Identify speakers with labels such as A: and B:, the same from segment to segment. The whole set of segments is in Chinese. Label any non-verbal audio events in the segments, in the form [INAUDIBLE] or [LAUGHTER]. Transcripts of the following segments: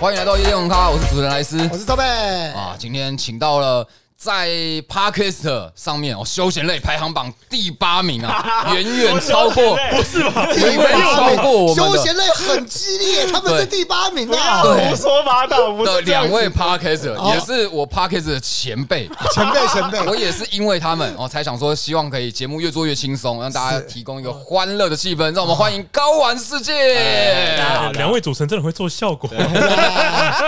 A: 欢迎来到夜店文咖，我是主持人莱斯
B: 我是赵贝。
A: 啊。今天请到了在 Podcast 上面哦休闲类排行榜第八名
C: [LAUGHS]
A: 啊，远远超过，
C: 不是
A: [LAUGHS]
C: 吧？
A: 远远超过我们
B: 休
A: 的
B: 闲类很激烈，他们是第八名
C: 不要
B: 啊！
A: 对
C: 胡说八道，不
A: 的
C: 是这样
A: 两
C: 子
A: 位 Podcast，
B: 哦
A: 也是我 Podcast 的前辈。
C: [LAUGHS]
B: 前辈前辈，
A: 我也是因为他们，哦，才想说，希望可以节目越做越轻松，让大家提供一个欢乐的气氛，让我们欢迎高玩世界。
D: 哎两位主持人真的会做效果。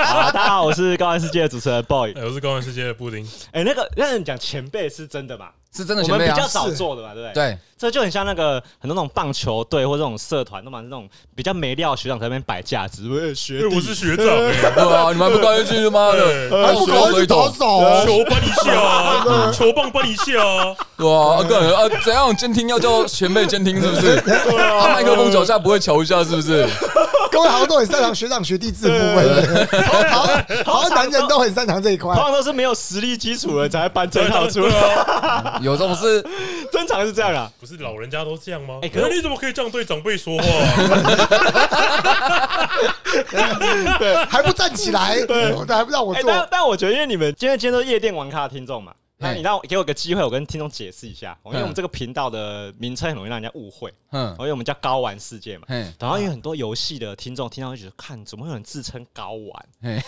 C: 好，大家好，我是高玩世界的主持人 boy。
D: 哎我是高玩世界的布丁，
C: 哎，那个那你讲前辈是真的吧？
A: 是真的
C: 我
A: 前
C: 们
A: 辈
C: 比
A: 啊
C: 较，早做的嘛，对不对？对，
A: 对，
C: 这就很像那个很多那种棒球队或这种社团，那么那种比较没料的学长在那边摆架子，哎学
D: 哎
C: 弟
D: 我是学长哎，
A: 对啊，你们还不高兴妈的，
D: 哎
B: 还不赶快去逃走？
D: 球搬一下啊，
B: [LAUGHS]
D: 球棒搬一下啊，
A: 对啊，啊个人啊，怎样监听要叫前辈监听是不是？啊，麦克风脚下不会瞧一下是不是？
B: 各位好像都很擅长学长学弟制部分，好像好像男人都很擅长这一块
C: 通。常都是没有实力基础的人才会搬这一套
A: [LAUGHS]
C: 出
D: 对
C: 来，
D: 啊，
A: 有这种事，
C: 正常是这样啊。
D: 不是老人家都这样吗？
C: 哎
D: 哎，
C: 可是
D: 你怎么可以这样对长辈说 [LAUGHS] 话？
B: 还不站起来，我还不让我
C: 哎，
B: 做
C: 但。但我觉得，因为你们今天今天都是夜店玩咖的听众嘛，那
A: 嘿
C: 你让我给我个机会，我跟听众解释一下，哦因为
A: 嗯
C: 我们这个频道的名称很容易让人家误会，
A: 嗯
C: 因，为我们叫高玩世界嘛。
A: 嘿，
C: 然后因为很多游戏的听众听到会觉得，看怎么会有人自称高玩？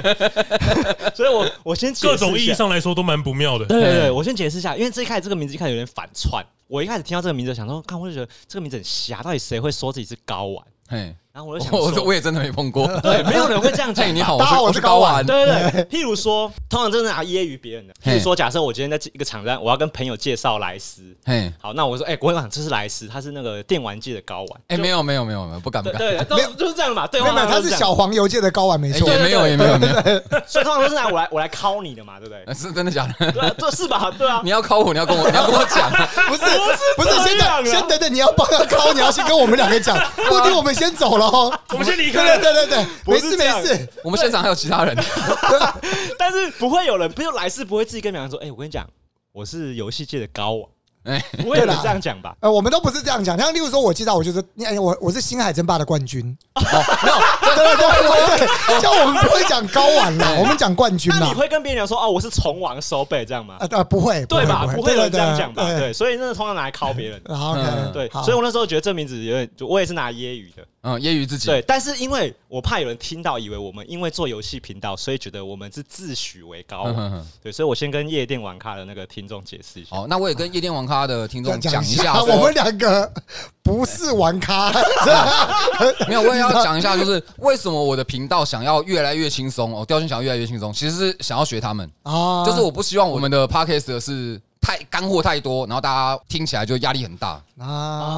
C: [LAUGHS] 所以我我先解释一
D: 各
C: 下
D: 种意义，上来说都蛮不妙的。
C: 对对
A: 嘿
C: 对，我先解释一下，因为这一开始这个名字一开始有点反串。我一开始听到这个名字，想说，看我就觉得这个名字很瞎，到底谁会说自己是高玩？
A: 嘿，
C: 然后我就想
A: 我
C: 说，
A: 我也真的没碰过。
C: [LAUGHS] 对，没有人会这样
A: 嘿，
C: 讲。
A: 你好，
B: 大家好
A: 我
B: 我
A: 是
B: 是
A: 高
B: 高
A: 玩
B: 玩。
C: 对
A: [LAUGHS]
C: 对对，譬如说，通常真的拿揶揄别人的。譬
A: 嘿
C: 如说，假设我今天在一个场站，我要跟朋友介绍莱斯，
A: 嘿，
C: 好，那我说，哎、国长，这是莱斯，他是那个电玩界的高玩。
A: 哎，
C: 就
A: 没有没有没有没有，不敢不
C: 对
A: 敢。
B: [LAUGHS]
C: 对，都
B: 啊没有
C: 就是这样嘛。对，
B: 没有，没有
C: 通
B: 他
C: 常都
B: 是
C: 这样
B: 小黄游界的高玩，没
A: 哎
B: 错。
A: 也没有也没有没有， [LAUGHS]
C: 所以 [LAUGHS] 通常都是来我来我来敲你的嘛，对
B: [LAUGHS]
C: 不对？
A: 呃是真的假
C: [LAUGHS]
A: 的？
C: 对啊，这是吧？对啊
A: 你，要考我，你要跟我，你要跟我讲。啊
B: 不是不是，先
C: 这样啊
B: 等先等等，你要帮他高，你要先跟我们两个讲，不听我们先走了哦。
D: 我们先离
B: 对
D: 开
B: 对。对对对，
C: 不
B: 没
C: 是
B: 事
C: 这
B: 没
C: 样
B: 事，
A: 我们现场还有其他人，
C: 但是不会有人，不就来世不会自己跟别人说，哎、我跟你讲，我是游戏界的高王，
A: 哎，
C: 不会有
B: 对
C: 人
B: 啦
C: 这样讲吧？
B: 呃，我们都不是这样讲。像例如说，我介绍，我就说，你哎，我我是星海争霸的冠军。 [LAUGHS]
A: 哦
B: 对对对对对，像我们不会讲高玩了，我们讲冠军
C: 那你
B: 啦。
C: 会跟别人讲说，哦，我是虫王收贝这样吗？
B: 啊啊，不会，
C: 对吧？不
B: 不
C: 会
B: 会
C: 有人这样讲吧？
B: 对
C: 对，所以那是通常拿来敲别人。
B: 对。好
A: 嗯
B: ，OK，
C: 对，
B: 好
C: 所以我那时候觉得这名字有点，就我也是拿来揶揄的。
A: 嗯，揶揄自己。
C: 对，但是因为我怕有人听到，以为我们因为做游戏频道，所以觉得我们是自诩为
B: [LAUGHS]
C: 高
A: 嗯
C: 王。
A: 哼哼
C: 对，所以我先跟夜店玩咖的那个听众解释一下。
A: 好，那我也跟夜店网咖的听众
B: 讲
A: 讲
B: 讲
A: 一
B: 一
A: 下
B: 下，
A: 说，
B: 我们两个不是玩咖，
A: [LAUGHS] 没有，我也要讲一下，就是为什么我的频道想要越来越轻松哦，调性想要越来越轻松，其实是想要学他们，
B: [LAUGHS] 啊，
A: 就是我不希望我们的 podcast 是太干货太多，然后大家听起来就压力很大。
B: 啊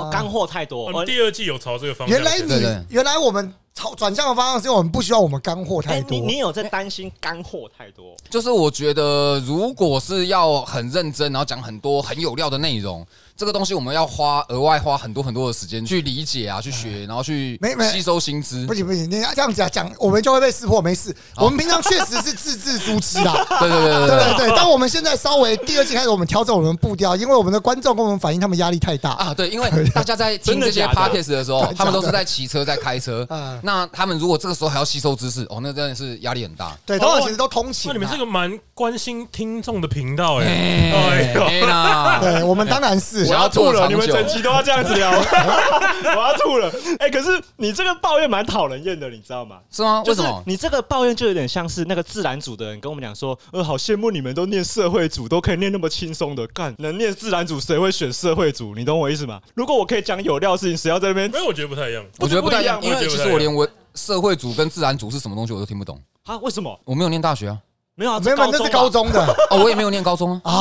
C: 哦，干货太多，
D: 我
C: 哦
D: 们第二季有朝这个方向
B: 原
D: 前
B: 来
D: 进。
A: 对
B: 你
A: 对
B: 原来我们朝转向的方向是因为我们不希望我们干货太
C: 哎，
B: 多
C: 你，你有在担心干货太多？
A: 就是我觉得，如果是要很认真，然后讲很多很有料的内容，这个东西我们要花额外花很多很多的时间去理解啊，去学，然后去
B: 哎没没
A: 吸收新知
B: 不。行不行，你这样子啊讲，我们就会被识破，没事。我们平常确实是自制猪吃啦，
A: 对对对对
B: 对
A: 对
B: 对对，但我们现在稍微第二季开始，我们调整我们步调，因为我们的观众跟我们反映他们压力太
A: 啊，
B: 大。
A: 对，因为大家在听
C: 真的
A: 这些
C: 假的
A: podcast 的时候
B: 真的，假的
A: 他们都是在骑车在开车
B: 嗯，
A: 那他们如果这个时候还要吸收知识，哦，那真的是压力很大。
B: 对，
D: 哦
B: 通常其实都通勤啊。
D: 那你们是个蛮关心听众的频道哎，哎呦，
A: 哎
B: [LAUGHS]
A: 呀，
B: 对，我们当然是
A: 我。要做长
C: 你们
A: 久。
C: 整集都要这样子聊， [LAUGHS] 我要吐了。哎、可是你这个抱怨蛮讨人厌的，你知道吗？
A: 是啊吗？为
C: 就是
A: 什么？
C: 你这个抱怨就有点像是那个自然组的人跟我们讲说，呃，好羡慕你们都念社会组，都可以念那么轻松的，干能念自然组谁会选社会组？你懂我意思吗？如果我可以讲有料的事情，谁要在那边
D: 没有，我觉得不太一样。
A: 我觉得不太一样，
D: 不一
A: 因
D: 样
A: 为其实我连我社会组跟自然组是什么东西我都听不懂。
C: 啊？为什么
A: 我没有念大学啊，
C: 没有、啊？
B: 没有，没有那是高
C: 中吧。
B: 中的
A: 哦，我也没有念高中啊。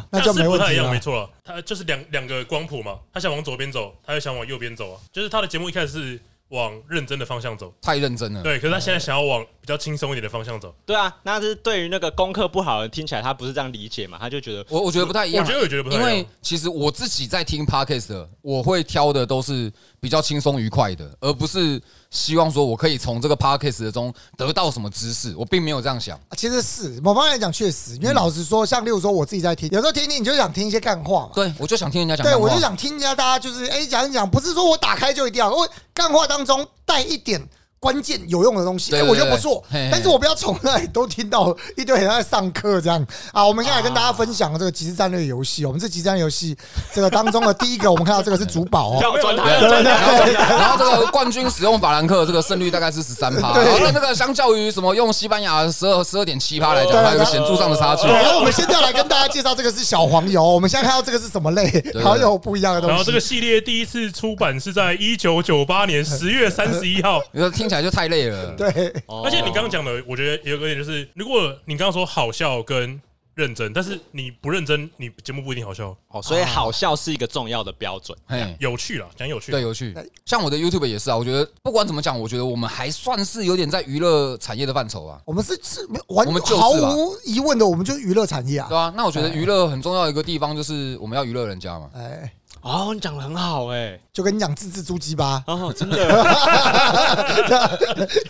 B: 啊，那就
D: 但是
B: 没
D: 不
B: 问
D: 太一
B: 题
D: 样，
B: 了
D: 没。错了。他就是两两个光谱嘛，他想往左边走，他又想往右边走啊。就是他的节目一开始是往认真的方向走，
A: 太认真了。
D: 对，可是他现在想要往比较轻松一点的方向
A: 嗯
D: 走。
C: 对啊，那是对于那个功课不好的人听起来，他不是这样理解嘛？他就觉得
A: 我我觉得不太一样
D: 我
A: 啊
D: 觉，得我觉得不太
A: 因
D: 一
A: 为
D: 样。
A: 其实我自己在听 podcast，的我会挑的都是比较轻松愉快的，而不是希望说我可以从这个 podcast 的中得到什么知识。我并没有这样想。
B: 啊其实是某方面来讲，确实，因为老实说，像例如说我自己在听，有时候听听你就想听一些干话嘛。
A: 对，我就想听人家讲
B: 对，
A: 干话。
B: 我就哦想听一下大家就是哎讲一讲，不是说我打开就一定要，我干话当中带一点关键有用的东西，
A: 对
B: 哎，
A: 对
B: 我觉得不错
A: 对嘿嘿。
B: 但是我不要从那里都听到一堆人在上课这样啊。我们现在跟大家分享这个即时战略游戏，我们这即时战略游戏这个当中的第一个，我们看到这个是主宝哦，
D: [LAUGHS]
C: 要转台
A: 对
C: 要转
A: 然后， [LAUGHS] 然后这个冠军使用法兰克这个胜率大概是十三
B: [LAUGHS]
A: 趴，
B: 对
A: 然后跟那个相较于什么用西班牙十二十二点七趴来
B: 对啊
A: 讲，它有个显著上的差距
B: 对，。啊然后我们现在要来跟大家介绍这个是小黄油，我们现在看到这个是什么类，
A: 对
B: 还有不一样的东西。
D: 然后这个系列第一次出版是
A: [LAUGHS]
D: 在一九九八年十月三十一号。
A: 你说听起来就太累了。
B: 对
C: 哦
D: 而且你刚刚讲的，我觉得有个点就是，如果你刚刚说好笑跟认真，但是你不认真，你节目不一定好笑。
C: 哦，所以好笑是一个重要的标准。
A: 嘿，
D: 有趣啦，讲有趣。
A: 对，有趣。像我的 YouTube 也是啊，我觉得不管怎么讲，我觉得我们还算是有点在娱乐产业的范畴啊，
B: 我们是是没有完
A: 我们就是啊
B: 毫无疑问的，我们就是娱乐产业啊
A: 对。啊，那我觉得娱乐很重要的一个地方就是我们要娱乐人家嘛。
B: 哎，
C: 哦，你讲的很好哎，
B: 就跟你讲自制猪鸡吧。
C: [LAUGHS] 哦，真的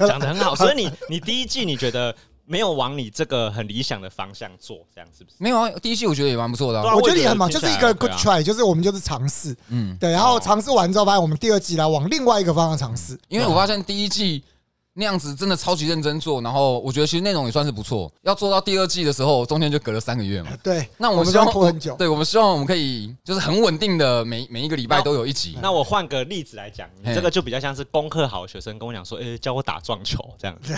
C: 讲的很好。所以你你第一季你觉得没有往你这个很理想的方向做，这样是不是？
A: 没有啊，第一季我觉得也蛮不错的、
C: 对
A: 啊
C: 啊。
B: 我觉得也很忙，
C: 我也
B: 就
C: 觉
B: 是
C: 得
B: 一个
C: 听
B: good
C: 起
B: try，就是我们就是尝试，
A: 嗯，
B: 对，然后
C: 哦
B: 尝试完之后，发现我们第二季来往另外一个方向尝试。
A: 因为我发现第一季那样子真的超级认真做，然后我觉得其实内容也算是不错。要做到第二季的时候，中间就隔了三个
B: [LAUGHS]
A: 月嘛。
B: 对，
A: 那
B: 我
A: 们
B: 们
A: 希
B: 就要
A: 望
B: 拖很久。
A: 对，我们希望我们可以就是很稳定的每每一个礼拜都有一集。
C: 那我换个例子来讲，你
A: 嘿
C: 这个就比较像是功课好的学生跟我讲说，哎，教我打撞球这样子，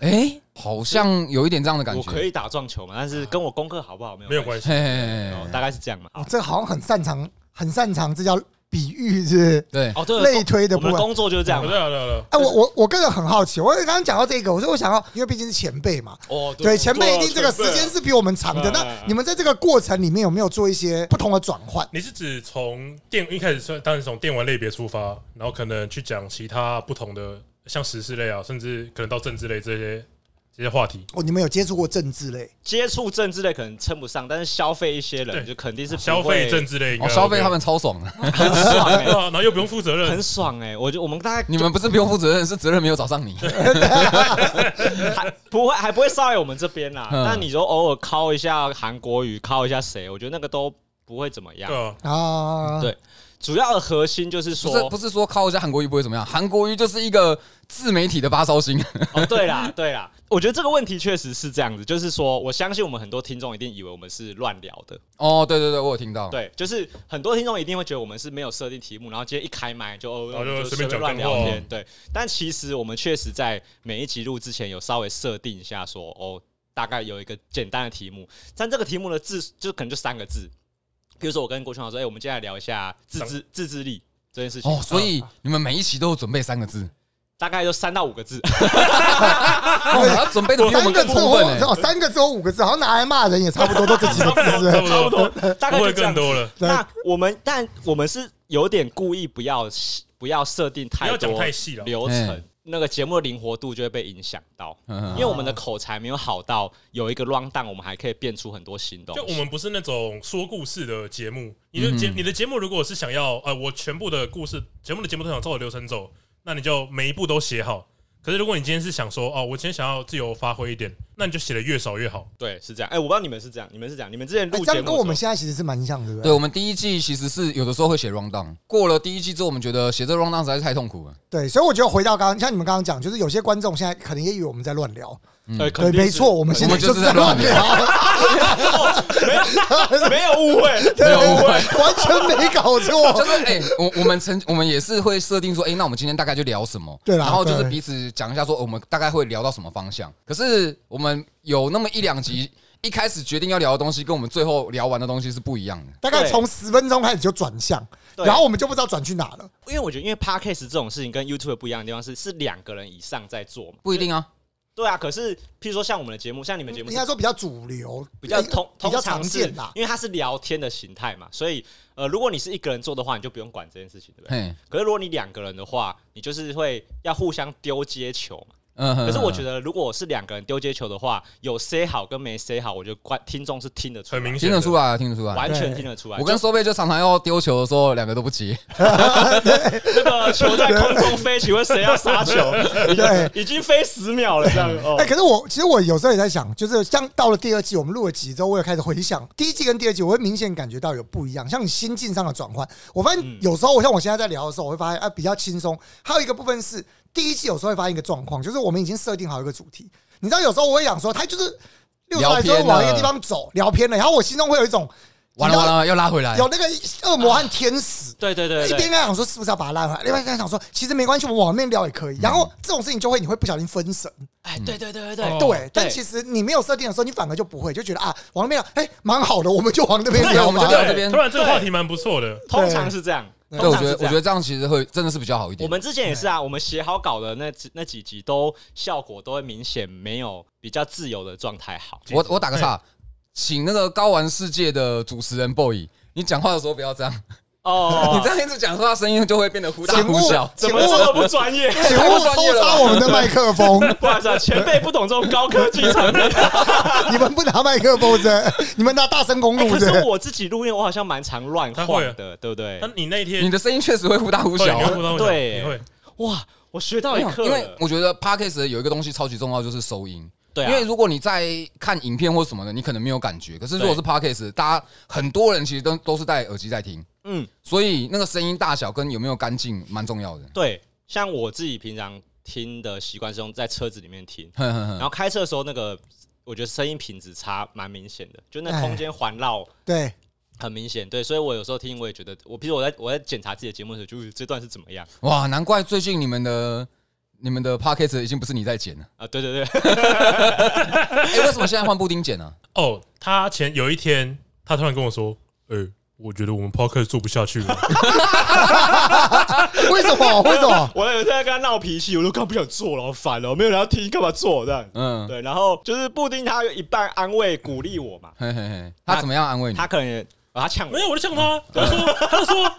A: 哎、好像有一点这样的感
C: 我
A: 觉。
C: 可以打撞球嘛，但是跟我功课好不好没有
D: 没有
C: 关
D: 关
C: 系。
D: 系。
A: 嘿嘿嘿
C: 哦，
A: 嘿，
C: 大概是这 [LAUGHS] 样嘛。好
B: 哦这个好像很擅长，很擅长，这叫比喻是
A: 对，
C: 哦，
B: 不
C: 对，
B: 是类推的
C: 我
B: 部
C: 们的
B: 分。
C: 工作就是这样
D: 我
C: 嘛
D: 知。道，知道，知道。
B: 哎，我我我个人很好奇，我刚刚讲到这个，我说我想要，因为毕竟是前辈嘛，
C: 哦，
B: 对，前辈一定
D: 对啊
B: 这个时
D: 前辈啊
B: 间是比我们长的。
C: 嗯嗯
B: 那
C: 嗯
B: 你们在这个过程里面有没有做一些不同的转换？
D: 你是指从电一开始算，当然是从电玩类别出发，然后可能去讲其他不同的，像时事类啊，甚至可能到政治类这些这些话题。
B: 哦，你们有接触过政治类？
C: 接触政治类可能称不上，但是消费一些人
D: 对
C: 就肯定是不会
D: 消费政治类应该
A: 哦，
D: OK，
A: 消费他们超 [LAUGHS] 爽的。
C: 很爽
D: 对 [LAUGHS] 啊
C: 欸，
D: 然后又不用负责任
C: 很，爽哎！我就我们大概
A: 你们不是不用负责任，是责任没有找上你。
C: 还不会还不会骚扰我们这边啦。
A: 嗯
C: 那你说偶尔 call 一下韩国语，call 一下谁，我觉得那个都不会怎么样
D: 对。啊，
B: 啊，
C: 对主要的核心就是
A: 不是
C: 说
A: 不，是说靠一下韩国瑜不会怎么样，韩国瑜就是一个自媒体的发烧星。
C: 哦，对啦， [LAUGHS] 对啦，我觉得这个问题确实是这样子，就是说，我相信我们很多听众一定以为我们是乱聊的，
A: 哦，对对对，我有听到。
C: 对，就是很多听众一定会觉得我们是没有设定题目，然后今天一开麦就哦
D: 然后就
C: 我们
D: 随便讲
C: 乱
D: 干
C: 聊
D: 话
C: 天，对。但其实我们确实在每一集录之前有稍微设定一下说，哦，大概有一个简单的题目，但这个题目的字就可能就三个字。比如说我跟郭群豪说，哎、我们今天来聊一下自制自制力这件事情，啊
A: 哦，所以你们每一期都有准备三个字，
C: 大概就三到五个
D: [LAUGHS]
C: 字。
A: 哦，他准备的比我
B: 三
A: 们
B: 个
A: 更
B: 字
A: 充
B: 或
A: 分欸
B: 哦，三个字或五个字，好像拿来骂人也差不多，都这几个字是不
D: 差
B: 是。
D: 不多，差不多， [LAUGHS]
C: 大概
D: 不
C: 就
D: 会
C: 这样
D: 更多了。
B: 对
C: 那我们但我们是有点故意不要不要设定
D: 不
C: 太
D: 要讲
C: 多
D: 太细了，
C: 流程
A: 嗯，
C: 那个节目的灵活度就会被影响到。
A: 嗯
C: 因为我们的口才没有好到有一个 round down，我们还可以变出很多新东西。
D: 就我们不是那种说故事的节目，你的节、你的节目如果是想要呃，我全部的故事节目的节目都想照我流程走，那你就每一步都写好。可是如果你今天是想说哦，我今天想要自由发挥一点，那你就写的越少越好。
C: 对是这样。哎、我不知道你们是这样，你们是这样，你们之前
B: 哎
C: 录
B: 这
C: 节
B: 样
C: 目
B: 跟我们现在其实是蛮像，对不
A: 对，
B: 对？
A: 我们第一季其实是有的时候会写 round down，过了第一季之后，我们觉得写这 round down 实在是太痛苦了。
B: 对，所以我觉得回到刚刚，像你们刚刚讲，就是有些观众现在可能也以为我们在乱聊，
C: 嗯
B: 对，没错，我们现在
A: 我们就是是在
B: 乱
A: 乱
B: 聊，
C: [LAUGHS] 没有误会，
A: 没有误会，
B: [LAUGHS] 完全没搞
A: 就
B: 错。
C: [LAUGHS]
A: 是哎、我我们曾我们也是会设定说，哎、那我们今天大概就聊什么？
B: 对啦
A: 然后就是
B: 对
A: 彼此讲一下说，我们大概会聊到什么方向。可是我们有那么一两集，一开始决定要聊的东西，跟我们最后聊完的东西是不一样的。
B: 大概从十分钟开始就转向，
C: 对
B: 然后我们就不知道转去哪了。
C: 因为我觉得，因为 podcast 这种事情跟 YouTube 不一样的地方是，是两个人以上在做嘛。
A: 不一定啊，
C: 对啊，可是譬如说像我们的节目，像你们节目
B: 应
C: 是
B: 该嗯说比较主流，哎
C: 比较通
B: 比
C: 通
B: 较
C: 常
B: 常
C: 是
B: 见啦。
C: 因为它是聊天的形态嘛，所以呃，如果你是一个人做的话，你就不用管这件事情，对不对？
A: 嘿，
C: 可是如果你两个人的话，你就是会要互相丢接球嘛。
A: 嗯，
C: 可是我觉
A: 得
C: 得，如果是两个人丢接球的话，有 say 好跟没 say 好，我觉得观听众是听得出来，
D: 很明
A: 听
D: 显
A: 得出来啊，听得出来。
C: 完全听得出来。
A: 我跟收贝就常常要丢球的时候，两个都不
C: [LAUGHS]
A: 接。
C: 就那个球在空中飞，请问谁要杀球？
B: 对
C: 已经飞十秒了，这样哦
B: 哎、。可是我其实我有时候也在想，就是像到了第二季，我们录了几周，我也开始回想第一季跟第二季，我会明显感觉到有不一样，像你心
C: 嗯
B: 境上的转换。我发现有时候，像我现在在聊的时候，我会发现啊比较轻松。还有一个部分是第一季有时候会发现一个状况，就是我们已经设定好一个主题，你知道有时候我会想说，他就是六十来就会往一个地方走，聊偏了，然后我心中会有一种
A: 完了完了，又拉回来
B: 有。那个恶魔和天使。
C: 对对哎对
B: 一边
C: 对，
B: 在想说是不是要把它拉回来，另外一边想说其实没关系，我们往面聊也
C: 嗯
B: 可以。然后这种事情就会你会不小心分神，
C: 哎，对对对对对
B: 嗯
D: 哦
B: 对。但其实你没有设定的时候，你反而就不会，就觉得啊，往那边聊，哎，蛮好的，我们就往那边
A: 对
B: 聊
A: [LAUGHS] 我
B: 嘛，
A: 们就聊这
D: 对，
A: 边
D: 突然这个话题蛮不错的，
C: 通常是这样。
B: 对
A: 对，
C: 通
A: 我
C: 常
A: 觉
C: 是
A: 得我
C: 这样
A: 觉得这样其实会真的是比较好一点。
C: 我们之前也是啊，我们写好稿的那几那几集都效果都会明显没有比较自由的状态好。
A: 我我打个岔，请那个高玩世界的主持人 boy，你讲话的时候不要这样， [LAUGHS] 你
C: 哦
A: 这，样一直讲话，声音就会变得忽大
B: 请
A: 忽
B: 勿
A: 小。
C: 怎
B: 请
C: 么
B: 勿
C: 这么不专
B: [LAUGHS]
C: 业？
B: 请勿抽插我们的麦克风，
C: 不好意思啊，前辈不懂这种高科技产品。
B: 你们不拿麦克
A: [LAUGHS]
B: 风的，你们拿大声公
C: 哎
B: 路
C: 可是
B: 的。
C: 我自己录音，我好像蛮常乱
D: 他
C: 晃
D: 会啊
C: 的，对不对
D: 但？你那一天
A: 你的声音确实会忽大忽
D: 对
A: 小
D: 你
A: 啊 [LAUGHS]
D: 会。不知道为什么
C: 对
D: 你会
C: 哇，我学到
A: 没
C: 一
A: 有
C: 课
A: 因为
C: 了。
A: 我觉得 podcast 有一个东西超级重要，就是收音。
C: 对
A: 因为
C: 啊，
A: 如果你在看影片或什么的，你可能没有感觉。可是如果是 podcast，大家很多人其实都都是戴耳机在听，
C: 嗯，
A: 所以那个声音大小跟有没有干净蛮重要的。
C: 对，像我自己平常听的习惯是用在车子里面听，
A: 哼哼
C: 然
A: 哼，
C: 后开车的时候那个。我觉得声音品质差蛮明显的，就那空间环绕
B: 对，
C: 很明
A: 哎
C: 显，对，所以我有时候听我也觉得，我比如我在我在检查自己的节目的时候，就是这段是怎么样
A: [LAUGHS] 哇，难怪最近你们的你们的 podcast 已经不是你在剪了。
C: 啊？对对 [LAUGHS] 对，
A: 哎，为什么现在换布丁剪啊
D: [LAUGHS]
A: 呢？
D: 哦，他前有一天他突然跟我说，呃，我觉得我们 podcast 做不下去了。
B: 为什么？为什么？
C: 我有一次在跟他闹脾气，我都刚不想做了，好烦哦，没有人要听，干嘛做这样？
A: [LAUGHS] 嗯，
C: 对，然后就是布丁他有一半安慰鼓励我嘛，
A: 嘿嘿嘿，他怎么样安慰你？
C: 他可能也、哦他呛我
D: 没，有，我就呛
A: [LAUGHS]
D: 他，他就说，他就说。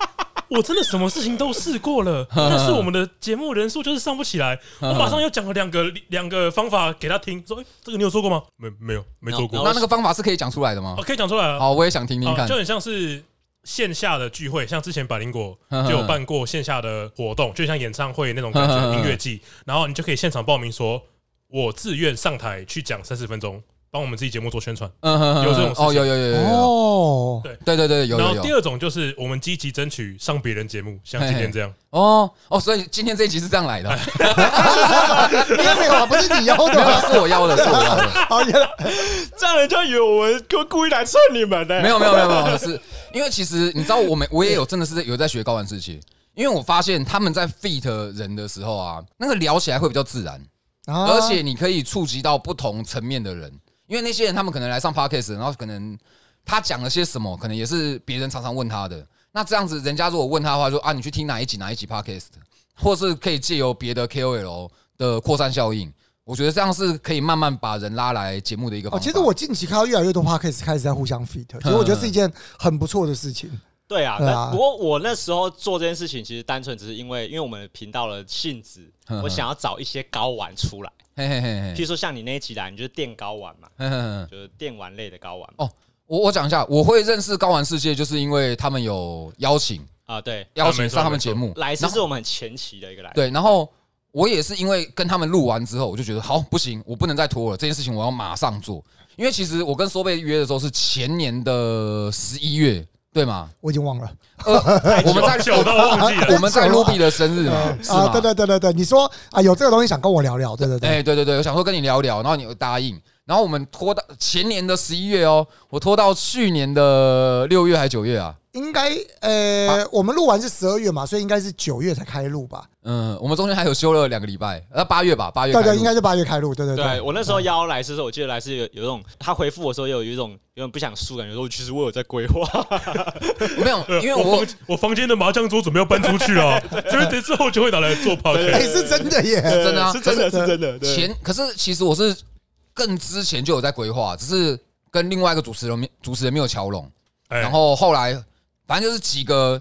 D: 我真的什么事情都试
A: [LAUGHS]
D: 过了，但是我们的节目人数就是上不起来。我马上又讲了两个两个方法给他听，说：“哎、这个你有做过吗？没没有，没做过。
C: 然后
A: 那那个方法是可以讲出来的吗
D: 哦，？可以讲出来了。
A: 好，我也想听听
D: 啊，
A: 看
D: 就。很像是线下的聚会，像之前百
A: [LAUGHS]
D: 灵果
A: 嗯
D: 就有办过线下的活动，就像演唱会那
A: [LAUGHS]
D: 种
A: 嗯嗯
D: 感觉，
A: 嗯
D: 音乐季，然后你就可以现场报名说，我自愿上台去讲三十分钟，帮我们自己节目做宣传。
A: 嗯哼哼
D: 有这种事情
A: 哦，有有有有有，
B: 哦，
A: 对对对，有
D: 然
A: 有
D: 后第
A: 有。
D: 二种就是我们积极争取上别人节目，像今天这样。
A: 哦哦，所以今天这一集是这样来的， [LAUGHS]
B: 没有没有啊，不是你要的
A: 没有啦， [LAUGHS]
B: 吗？
A: 是我要的，是我要的。
B: 好，原来
C: 这样人家以为我们故故意来蹭你们的、
A: 没有没有没有没有，是因为其实你知道，我们我也有真的是有在学高玩世界，因为我发现他们在 feat 人的时候啊，那个聊起来会比较自然，
B: 啊
A: 而且你可以触及到不同层面的人，因为那些人他们可能来上 podcast，然后可能他讲了些什么，可能也是别人常常问他的。那这样子，人家如果问他的话，就啊，你去听哪一集哪一集 podcast，或是可以借由别的 KOL 的扩散效应，我觉得这样是可以慢慢把人拉来节目的一个
B: 哦，
A: 方法。啊
B: 其实我近期看到越来越多 podcast 开始在互相 fit，其实我觉得是一件很不错的事情。
C: 对啊，
B: 对啊
C: 但不过我那时候做这件事情，其实单纯只是因为，因为我们频道的性质
A: 嗯，
C: 我想要找一些高玩出来，
A: 嘿嘿嘿
C: 譬
A: 嘿
C: 如说像你那一集来，你就是电高玩嘛，
A: 嘿嘿嘿。
C: 就是电玩类的高玩
A: 哦我我讲一下，我会认识高玩世界，就是因为他们有邀请
C: 啊，对，
A: 邀
D: 啊
A: 请
D: 没错
A: 上他们
D: 没错
A: 节目，
C: 来是
A: 然后
C: 是我们很前期的一个来，
A: 对，然后我也是因为跟他们录完之后，我就觉得好不行，我不能再拖了，这件事情我要马上做。因为其实我跟收贝约的时候是前年的十一月，对吗？
B: 我已经忘了哎
A: 我们在
D: 久到忘 [LAUGHS] 记了
A: 我们在 Ruby 的生日嘛，是
B: 啊，
A: 吗
B: 对？对对对对，你说啊有这个东西想跟我聊聊，对对对，
A: 哎，对对对，我想说跟你聊聊，然后你有答应，然后我们拖到前年的十一月哦，我拖到去年的六月还九月啊，
B: 应该呃，我们录完是十二月嘛，所以应该是九月才开录吧？
A: 嗯，我们中间还有休了两个礼拜，呃，八月吧，八月
B: 对
A: 开
B: 对，
A: 录
B: 应该是八月开录，对对
C: 对我那时候邀来是的时候，我记得来是有有一种他回复我说有有一种有点不想输感觉，说其实我有在规划，
A: 没有，因为
D: 我
A: 我
D: 房我房间的麻将桌准备要搬出去 [LAUGHS] 了，所以等之后就会拿来做 p o
B: [LAUGHS]
D: d
B: 哎
D: c
B: 是真的
A: [LAUGHS]
B: 耶，
A: 真的啊
C: [LAUGHS] 是真
B: 可
C: 的
B: 是
C: 是真的，对
A: 前可是其实我是更之前就有在规划，只是跟另外一个主持人没主持人没有乔拢，
D: 哎
A: 然后后来反正就是几个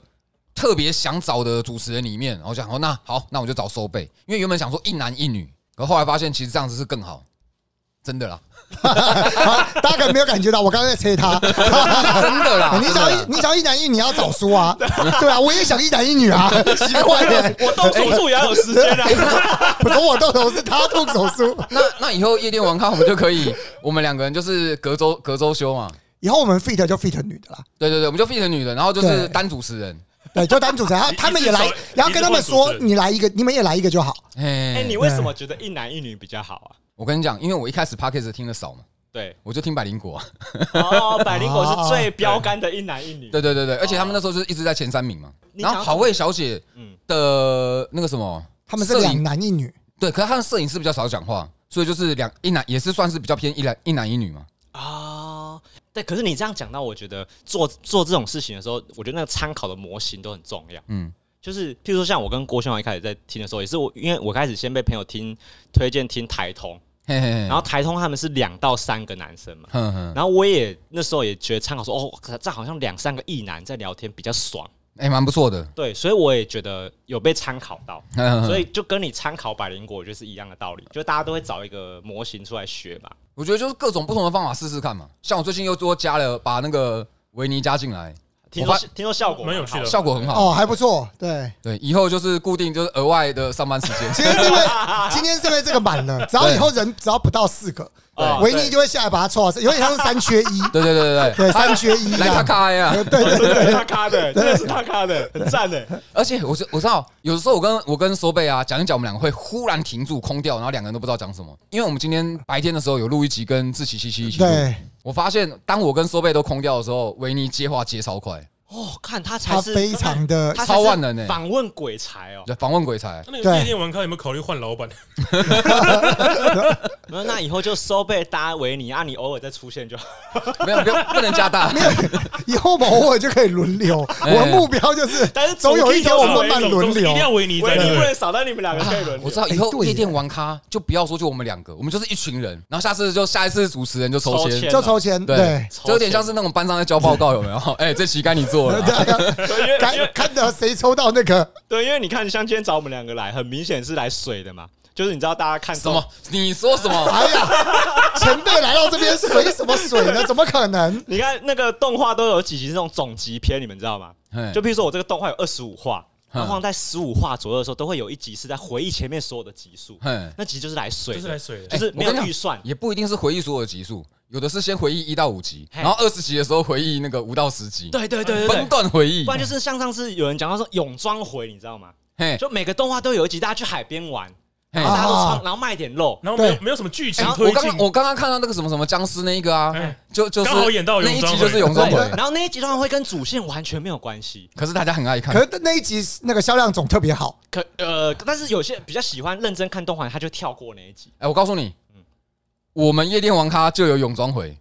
A: 特别想找的主持人里面，然后想说那好，那我就找收贝，因为原本想说一男一女，可后来发现其实这样子是更好，真的啦， [LAUGHS]
B: 好大家可能没有感觉到，我刚才在催他。
A: 真的啦，
B: 你
A: 真
B: 想
A: 的
B: 要
A: 啦
B: 一你想要一男一女，你要找书啊，对啊，我也想一男一女啊，奇怪耶，
C: 我动手术也要有
B: [LAUGHS]
C: 时间啊，
B: 我从我动手是他动手术，
A: 那那以后夜店玩咖我们就可以， [LAUGHS] 我们两个人就是隔周隔周休嘛，
B: 以后我们 fit 就 fit 女的啦，
A: 对对对，我们就变成女的，然后就是
B: 对
A: 单主持人，
B: 对，就单主持人，他
D: 你
B: 他们也来
D: 你是说，
B: 然后跟他们说
D: 你是问主持，人
B: 你来一个，你们也来一个就好。
A: 哎、
C: 哎，你为什么觉得一男一女比较好啊？
A: 我跟你讲，因为我一开始 p a c k a g e 听的少嘛，
C: 对，
A: 我就听百灵果、啊。
C: 哦，百灵果是最标杆的一男一女。
A: 对对对对，而且他们那时候就是一直在前三名嘛。
C: 你
A: 然后
C: 想要
A: 好味小姐
C: 嗯
A: 的那个什么，
B: 嗯他们是
A: 摄
B: 两
A: 影
B: 男一女，
A: 对，可是他的摄影师比较少讲话，所以就是两一男也是算是比较偏一男一男一女嘛。
C: 啊，对，可是你这样讲到，我觉得做做这种事情的时候，我觉得那个参考的模型都很重要。
A: 嗯，
C: 就是譬如说，像我跟郭兄一开始在听的时候，也是我，因为我开始先被朋友听推荐听台通，
A: 嘿嘿嘿。
C: 然后台通他们是两到三个男生嘛，
A: 哼哼，
C: 然后我也那时候也觉得参考说，哦，可这好像两三个异男在聊天比较爽，
A: 哎、蛮不错的。
C: 对，所以我也觉得有被参考到，
A: 嗯
C: 所以就跟你参考百灵果，我觉得是一样的道理，就大家都会找一个模型出来学嘛。
A: 我觉得就是各种不同的方法试试看嘛。像我最近又多加了把那个维尼加进来，
C: 听
A: 我
C: 说
A: 发
C: 听说效果
D: 蛮有
C: 很
D: 趣的
C: 好
A: 效果很好。
B: 哦，还不错。对，
A: 对，以后就是固定就是额外的上班时间。
B: [LAUGHS] 今天是因为今天是因为这个满了，只要以后人只要不到四个，
C: 哦
B: 维
C: 对
B: 尼就会下来把它凑好，有点像是三缺一，
A: 对对对对
B: 对，
A: 对，
B: 三缺一这
A: 来他
B: 样。
A: 开啊！
B: 对对
C: 真的是他咖的，真的是他咖的，很赞的。
A: 而且我是我知道，有的时候我跟我跟索贝啊讲一讲，我们两个会忽然停住空掉，然后两个人都不知道讲什么。因为我们今天白天的时候有录一集跟志奇七七一起录，
B: 对，
A: 我发现当我跟索贝都空掉的时候，维尼接话接超快，
C: 哦，看他才
B: 他
C: 是
B: 非常的
C: 他才是
A: 超万能欸
C: 访问鬼才哦。
A: 对访问鬼才，
D: 那个
B: 对
D: 夜店玩咖有没有考虑换老板？
C: 那那以后就收贝搭维尼啊，你偶尔再出现就好。
A: 没有不用不能加大，
B: 以后嘛，偶尔就可以轮流。我的目标就是
C: 但是，
B: 总有一天我慢慢
D: 总
B: 轮
D: 是一定要
B: 流。
D: 维尼在
C: 维尼
D: 那
C: 不
D: 边。
C: 能少，但你们两个可以轮流。
A: 我知道以
B: 哎
A: 后
B: 对耶
A: 夜店玩咖就不要说就我们两个，我们就是一群人，然后下次就下一次主持人就抽
C: 抽签
A: 签，
B: 就抽签，
A: 对
B: 对，
C: 抽签
A: 就有点像是那种班上在交报告有没有？哎，这期该你做了啊，
C: 对，因为因
B: 看
C: 为
B: 看到谁抽到那个，
C: 对，因为你看，像今天找我们两个来，很明显是来水的嘛。就是你知道大家看
A: 什么？？你说什
B: [LAUGHS]
A: 么？
B: 哎呀，前辈来到这边水什么水呢？怎么可能？
C: 你看那个动画都有几集是那种总集篇，你们知道吗？
A: 嘿
C: 就比如说我这个动画有二十五话，
A: 嗯
C: 然后在十五话左右的时候，都会有一集是在回忆前面所有的集数
A: 嗯，
C: 那集就是来水
D: 就
C: 的，
D: 是来水的
C: 就是没
A: 哎我
C: 有
A: 跟你讲
C: 预算，
A: 也不一定是回忆所有的集数，有的是先回忆一到五集，
C: 嘿
A: 然后二十集的时候回忆那个五到十集，
C: 对对对对对
A: 分，段回忆
C: 不。然就是像上次有人讲到说泳装回，你知道吗？
A: 嘿，
C: 就每个动画都有一集，大家去海边玩，
A: 嘿
C: 然后大家都
B: 啊
C: 穿，然后卖点肉。
D: 然后没有
B: 对
D: 没有什么剧情
A: 哎
D: 推
A: 我刚
D: 进
A: 刚，我刚刚看到那个什么什么僵尸那一个啊
D: 哎，
A: 就就是
D: 刚好演到
A: 那
D: 泳
A: 一
D: 装
A: 集
D: 回
A: 就是泳装
C: 对
A: 回，，
C: 然后那一集通常会跟主线完全没有关系，
A: 可是大家很爱看
B: 可。是那一集那个销量总特别好，
A: [LAUGHS]
C: 可呃，但是有些比较喜欢认真看动画，他就跳过那一集，
A: 哎，我告诉你，我们夜店王咖就有泳装回，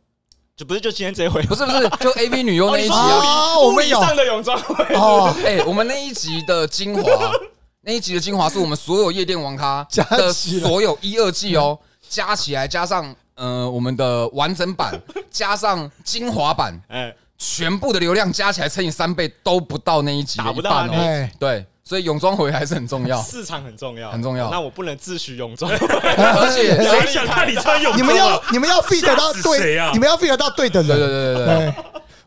C: 就不是就今天这一回，
A: 不是不是，就 A V 女优那一集
B: 哦
A: 啊
B: 你说。啊
C: 物理
B: 我们有
C: 物理上的泳装回，
B: 哦，
A: [LAUGHS] 哎，我们那一集的精
B: [LAUGHS]
A: 华，那一集的精华是我们所有夜店王咖
B: 加起来
A: 的所有一二季哦，加起来加上呃我们的完整
B: [LAUGHS]
A: 版，加上精华版，
C: 哎，
A: 全部的流量加起来乘以三倍都不到那一集
C: 打
A: 的
C: 不
A: 一
C: 到
A: 半
C: 啊那一，
A: 哦。
B: 哎，
A: 对，所以泳装回还是很重要
C: 市场很重要，
A: 很重要
C: 那我不能自诩泳
B: [LAUGHS]
C: 装，
A: 而且
D: 谁
A: 对
D: 想看你穿泳
B: 哎你
D: 装
B: 们要
D: 啊？
B: 你们要 feed 得到
D: 吓死谁
B: 对
D: 啊，
B: 你们要 feed 得到对的
A: 对对
B: 人，
A: 对对对，
B: 对，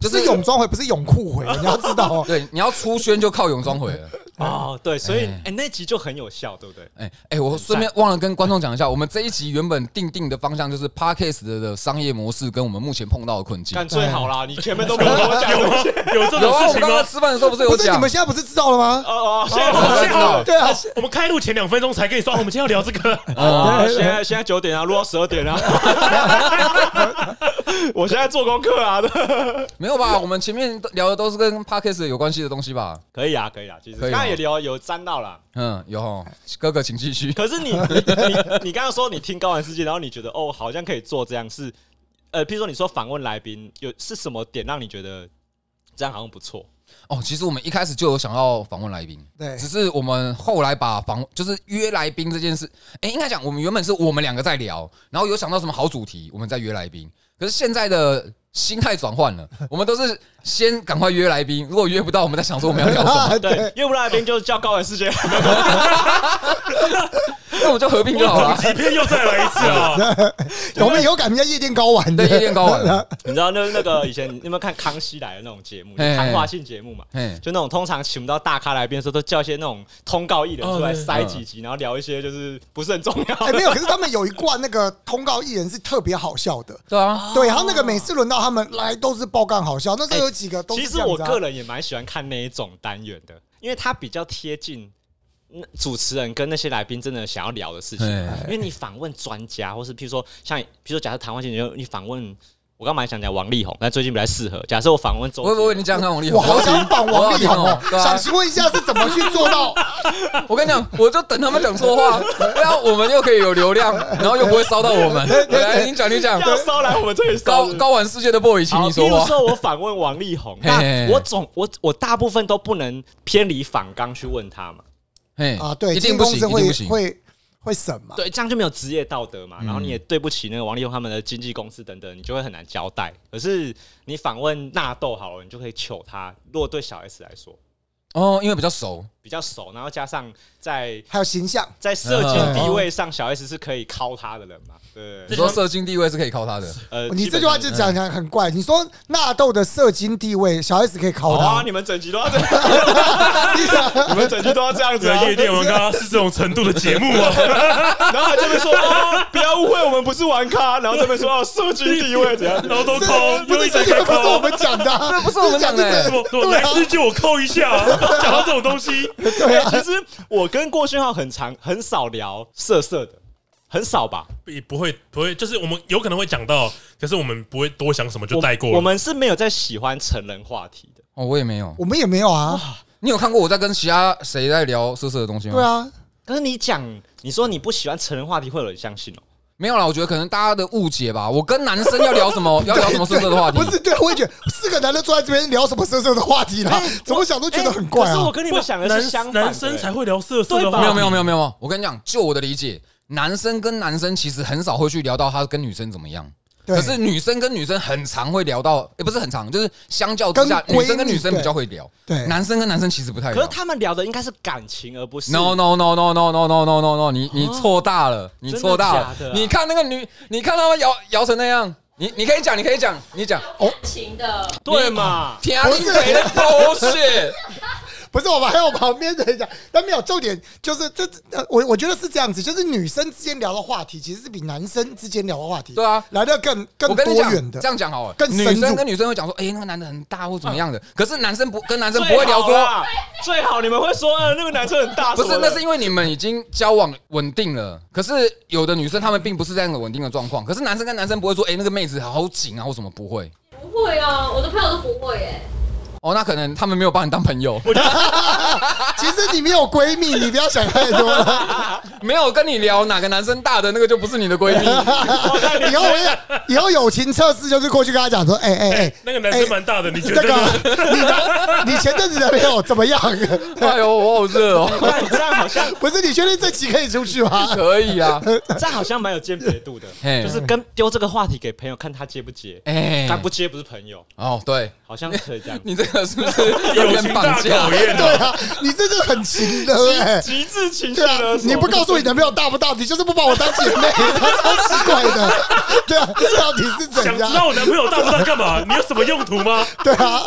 A: 就
B: 就是是泳装回，不是泳裤回，你要知道哦。
A: [LAUGHS] 对，你要出圈就靠泳装回了。
C: 哦，对，所以
A: 哎
C: 哎那集就很有效，对不对？
A: 哎哎，我顺便忘了跟观众讲一下，我们这一集原本定定的方向就是 Parkes 的的商业模式跟我们目前碰到的困境
C: 干。最好啦，你前面都没有跟我讲哦
D: 有吗
C: 这些，？
D: 有这
A: 有啊，我
D: 种
A: 们
D: 事情
A: 刚
D: 吗
A: 刚？吃饭的时候不是有
B: 不是
A: 讲
B: 你们？现在不是知道了吗？
C: 哦哦，现在
D: 哦
C: 现
D: 知道
C: 在
B: 对啊，
D: 我们开录前两分钟才跟你说，哦我们今天要聊
B: [LAUGHS]
D: 这个。
C: [LAUGHS] 啊，现在现在九点啊，录到十二点啊。 [LAUGHS] 我现在做功课啊， [LAUGHS]
A: 没有吧？我们前面聊的都是跟 Parkes 有关系的东西吧？
C: 可以啊，可以啊，其实
A: 可以
C: 刚
A: 啊
C: 刚也聊有沾到啦。
A: 嗯，有哦，哥哥请继续。
C: 可
A: [LAUGHS]
C: 是你你你你刚刚说你听高玩世界，然后你觉得哦，好像可以做这样是，呃，譬如说你说访问来宾有是什么点让你觉得这样好像不错？
A: 哦，其实我们一开始就有想要访问来宾，
B: 对
A: 只是我们后来把访就是约来宾这件事，哎、应该讲我们原本是我们两个在聊，然后有想到什么好主题，我们再约来宾。可是现在的心态转换了，我们都是先赶快约来宾，如果约不到，我们再想说我们要聊什么，
B: [LAUGHS]
C: 对，要不然来宾就是叫高玩世界， [LAUGHS]
A: 那我们就合并就好
D: 总
A: 了。
D: 集篇又再来
B: [LAUGHS]
D: 一次啊！
B: 我们有感觉夜店高玩的
A: 对，夜店高玩，
C: 你知道那那个以前你有没有看《康熙来了》那种节目，就
A: 嘿嘿
C: 谈话性节目嘛？
A: 嘿，
C: 就那种通常请不到大咖来宾的时候，都叫一些那种通告艺人出来
D: 哦对
C: 塞几集，然后聊一些就是不是很重要
B: [LAUGHS] 哎，
C: [LAUGHS] 的。
B: 没有，可是他们有一贯那个通告艺人是特别好笑的，
A: 对啊，
B: 对，然后那个每次轮到他们来都是爆干好笑，那时候有几个都
C: 其
B: 是这
C: 实
B: 样
C: 我
B: 子啊
A: 哎
C: 个人也蛮喜欢看那一种单元的，因为它比较贴近那主持人跟那些来宾真的想要聊的事情。
A: 哎
C: 因为你访问专家，或是譬如说像，譬如说假设谈话性，你就你访问，我刚本来想讲王力宏，但最近不太适合。假设我访问周杰
A: 喂
C: 伦，
A: 喂喂，你讲看王力宏，
B: 我好想绑王力宏
A: 我好
B: 哦
A: 听，对啊
B: [LAUGHS] 想请问一下是怎么去做到？
A: 我跟你讲，我就等他们讲错话，然后我们又可以有流量，然后又不会烧到我们。来，哎你讲你讲，
C: 要烧来我们这里烧
A: 高高玩世界的 boy，请
C: 好，
A: 你
C: 譬
A: 说
C: 如
A: 话。
C: 说我访问王力宏，
A: 嘿嘿嘿
C: 那我总我我大部分都不能偏离反纲去问他嘛，
A: 嘿
B: 啊，对，
A: 一
B: 经
A: 定
B: 纪
A: 不
B: 公
A: 行，
B: 司
A: 一定
B: 会
A: 不行。
B: 会会审嘛？
C: 对，这样就没有职业道德嘛，然后你也对不起那个王力宏他们的经纪公司等等，你就会很难交代。可是你访问纳豆好了，你就可以求他，如果对小 S 来说
A: 哦，因为比较熟，
C: 比较熟，然后加上在
B: 还有形象，
C: 在社经地位上，小 S 是可以靠他的人嘛？对
A: 你
C: 不对，
A: 说社经地位是可以靠他的。
C: 呃
B: 哦你这句话就讲讲很怪。你说纳豆的社经地位，小 S 可以考
C: 好啊，
B: 他，
C: 你们整集都要这样，你们整集都要这样子
D: 对
C: 啊
D: 啊，夜店玩咖是这种程度的节目
B: [LAUGHS]
D: 啊，
C: 然后他这边说、哦、不要误会，我们不是玩咖，然后这边说哦，社区地位
A: [LAUGHS]
C: 怎样？
D: 然后都
B: 这
D: 抠，
B: 不
D: 又一
B: 是
D: 直
B: 这个
D: 在
B: 不是我
D: 抠。
B: 们讲的啊，这
A: 不是我们讲的
B: 这
D: 我
B: [LAUGHS]
D: 我
B: 对
D: 来
B: 啊
D: 吃就我扣一下、啊，讲到这种东西，
C: 对，
A: 啊
C: 哎其实我跟郭勋浩很常很少聊色色的，很少吧？
D: 也不会不会，就是我们有可能会讲到，可是我们不会多想什么就带过了。
C: 我们是没有在喜欢成人话题的。
A: 哦，我也没有。
B: 我们也没有啊，
A: 你有看过我在跟其他谁在聊色色的东西吗？
B: 对，啊，
C: 可是你讲，你说你不喜欢成人话题，会有人相信哦、
A: 没有啦。我觉得可能大家的误解吧。我跟男生要聊什
B: [LAUGHS]
A: 么，要聊什么色色的话题
B: 啊不？是对，我也觉得四个男的坐在这边聊什么色色的话题
A: 哎
B: 啦，怎么想都觉得很怪
C: 哎可是
B: 啊
C: 我。跟你们想的
D: 男
C: 是相反的、欸
D: 男生才会聊色色
C: 对
D: 的
C: 吧
D: 话，
A: 没有没有没有没有。我跟你讲，就我的理解，男生跟男生其实很少会去聊到他跟女生怎么样。
B: 对
A: 可是女生跟女生很常会聊到，也、不是很常，就是相较之下，
B: 跟闺蜜
A: 女生跟女生比较会聊，
B: 对
A: 男生跟男生其实不太
C: 可
A: 聊
C: 是。他们聊的应该是感情，而不是
A: No no no no no no no no no no，你你错大了，你错大了
C: 真的假的啊。
A: 你看那个女，你看他们摇摇成那样，你你可以讲，你可以讲，你讲。
E: 感情的，
C: 对嘛？
A: 天
B: 不
A: 啊，
B: 是
A: 你赔的 bullshit。
B: 不是，我们还有旁边的人讲，但没有重点，就是这这我我觉得是这样子，就是女生之间聊的话题，其实是比男生之间聊的话题，
A: 对啊
B: 来的更
A: 我
B: 更
A: 跟
B: 多
A: 你讲
B: 元，的
A: 这。样讲好了，
B: 更深入啊
A: 女生跟女生会讲说，哎，那个男的很大或怎么样的，可是男生不跟男生不
C: 最
A: 会聊
C: 好
A: 说，
C: 啦，最好你们会说，呃，那个男生很大什
A: 不
C: 么的，
A: 是，那是因为你们已经交往稳定了。可是有的女生她们并不是这样的稳定的状况。可是男生跟男生不会说，哎、那个妹子好紧啊，或什么不会。
E: 不会啊，我的朋友都不会耶。
A: 哦，那可能他们没有把你当朋
C: [LAUGHS]
A: 友，
B: 其实你没有闺蜜，你不要想太多了。
A: 没有跟你聊哪个男生大的那个就不是你的
C: [LAUGHS]
A: 闺蜜。
C: 哦
B: 以后我也以后友情测试就是过去跟他讲说，哎哎哎，
D: 那个男生蛮大的，你觉
B: 那
D: 得呢？
B: 个你的你前阵子的朋友怎么样？ [LAUGHS]
A: 哎呦，我好热哦。
C: 但这样好像
B: 不是，你确定这期可以出去
A: [LAUGHS]
B: 吗？
A: 可以
C: [LAUGHS]
A: 啊，
C: 这样好像蛮有鉴别度的
A: 嘿，
C: 就是
B: 嗯
C: 跟丢这个话题给朋友看他接不接，
A: 哎、
C: 他不接不是朋友，
A: 哦，对。
C: 好像可以这样
A: 你这个是不
C: [LAUGHS]
A: 是有
D: 友
A: 点
D: 情大
A: 绑架
D: 考？验
B: 对
D: 啊！
B: 啊，你这就很勤的哎。
C: 极致情绪
D: [LAUGHS]
B: 对啊
C: 勒，索，
B: 你不告诉你男朋友大不大，你就是不把我当姐妹， [LAUGHS] 超奇怪的。 [LAUGHS] 对啊，到底是
D: 想
B: 怎
D: 知道
B: 样？
D: 我男朋友大不大干嘛？你有什么用途吗？
B: 对啊，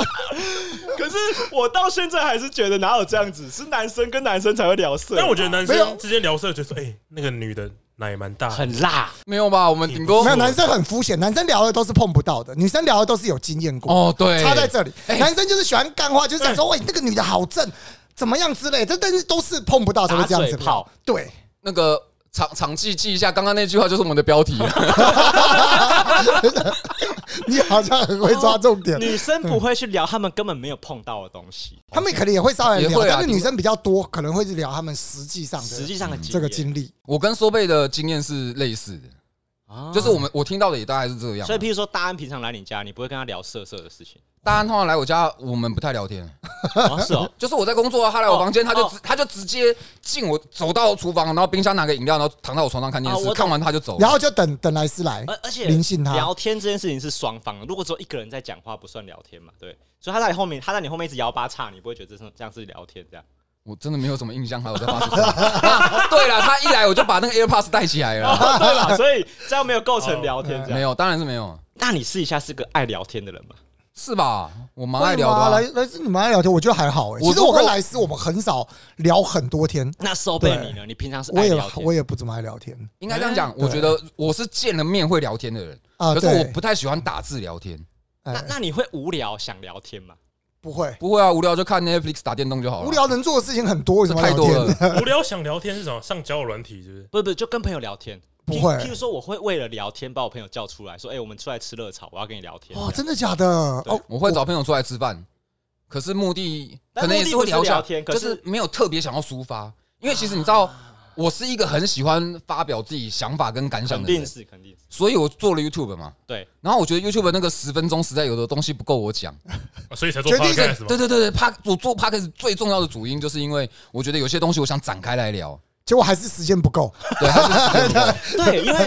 C: 可是我到现在还是觉得哪有这样子，是男生跟男生才会聊色，
D: 但我觉得男
B: 没有
D: 生之间聊色，就说，哎，那个女的奶蛮大，
C: 很辣。
A: 没有吧？我们顶
C: 哦
A: 多
B: 没有男生很肤浅，男生聊的都是碰不到的，女生聊的都是有经验过。
A: 哦，对，
B: 差在这里，
A: 哎
B: 男生就是喜欢干话，就是想说，喂，那个女的好正，怎么样之类的，但是都是碰不到才会这样子
C: 哎打嘴炮。
B: 对，
A: 那个场场记记一下，刚刚那句话就是我们的标题了。 [LAUGHS]
B: 你好像很会抓重点。
C: 女生
B: 嗯
C: 不会去聊他们根本没有碰到的东西，
B: 他们可能也会稍微
A: 也
B: 聊，
A: 会啊
B: 但是女生比较多，可能会是聊他们实际上
C: 实
B: 的
C: 际上的
B: 嗯这个
C: 经
B: 经历。
A: 我跟说贝的经验是类似的，
C: 验
A: 就是我们我听到的也大概是这样。
C: 啊所以，譬如说，大安平常来你家，你不会跟他聊色色的
B: [LAUGHS]
C: 事情，
A: 大安通常来我家，我们不太聊天，
C: 哦是哦，
A: 就是我在工作啊，他来我房间，
C: 哦
A: 他就直他就直接进我走到厨房，然后冰箱拿个饮料，然后躺到我床上看电
C: 哦我
A: 视，
C: 懂
A: 看完他就走了。
B: 然后就等等莱斯来
C: 而，而且
B: 灵性他
C: 聊天这件事情是双方的，如果只有一个人在讲话，不算聊天嘛，对。所以他在你后面，他在你后面一直摇八叉，你不会觉得这是这样是聊天这样。
A: 我真的没有什么印象，还有在发生 [LAUGHS] 什么。啊对了，他一来我就把那个 AirPods 带起来了。
C: [LAUGHS] 对
B: [LAUGHS]
C: 啦，所以这样没有构成聊
B: 哦
C: 天这
A: 没
C: 样。
A: 有，当然是没有，
C: 那你试一下是个爱聊天的人吗？
A: 是吧？我蛮爱聊的
B: 会
A: 啊。
B: 吗莱莱斯，你们爱聊天，我觉得还好、欸。
A: 我
B: 其
A: 如
B: 实
A: 果
B: 我跟莱斯，我们很少聊很多天，
C: 那收贝
B: 对
C: 你呢？你平常是
B: 我
C: 爱
B: 也
C: 聊天，
B: 我也不怎么爱聊天
A: 应该这样讲，
B: 对
A: 我觉得我是见了面会聊天的人，
B: 啊。
A: 可是我
B: 对
A: 不太喜欢打字聊天。
C: 那
B: 哎
C: 那你会无聊想聊天吗？
B: 不会，
A: 不会啊，无聊就看 Netflix 打电动就好了。
B: 无聊能做的事情很多，为
A: 这
B: 什么
A: 太
B: 要聊
A: 多
B: 天
A: 了。
D: 无聊想聊天是什么？上交友软体是不是？
C: 不是不是，就跟朋友聊天。
B: 不
C: 譬
B: 会
C: 譬如说我会为了聊天把我朋友叫出来，说：“哎、我们出来吃热炒，我要跟你聊天。”
B: 哦，真的假的？哦，
A: [LAUGHS] 我会找朋友出来吃
B: [LAUGHS]
A: 饭，可是目的
C: 但
A: 可能也
C: 目
A: 会
C: 的不是啊
A: 聊一下
C: 聊天可
A: 就是是没有特别想要抒发，因为其实你知道，我是一个很喜欢发表自己想法跟感想
C: 肯
A: 的
C: 定
A: 人，
C: 是肯定是
A: 所以我做了 YouTube 嘛。
C: 对。
A: 然后我觉得 YouTube 那个十分钟实在有的东西不够我讲，
D: 啊所以才做
B: 决定是
D: podcast
A: 对
D: 吗？
A: 对对对 p 我做 p a c k 最重要的主因，就是因为我觉得有些东西我想展开来聊，
B: 结果还是时间不够。
A: 对，它就是时间不
B: [LAUGHS]
A: 够
C: 对，因为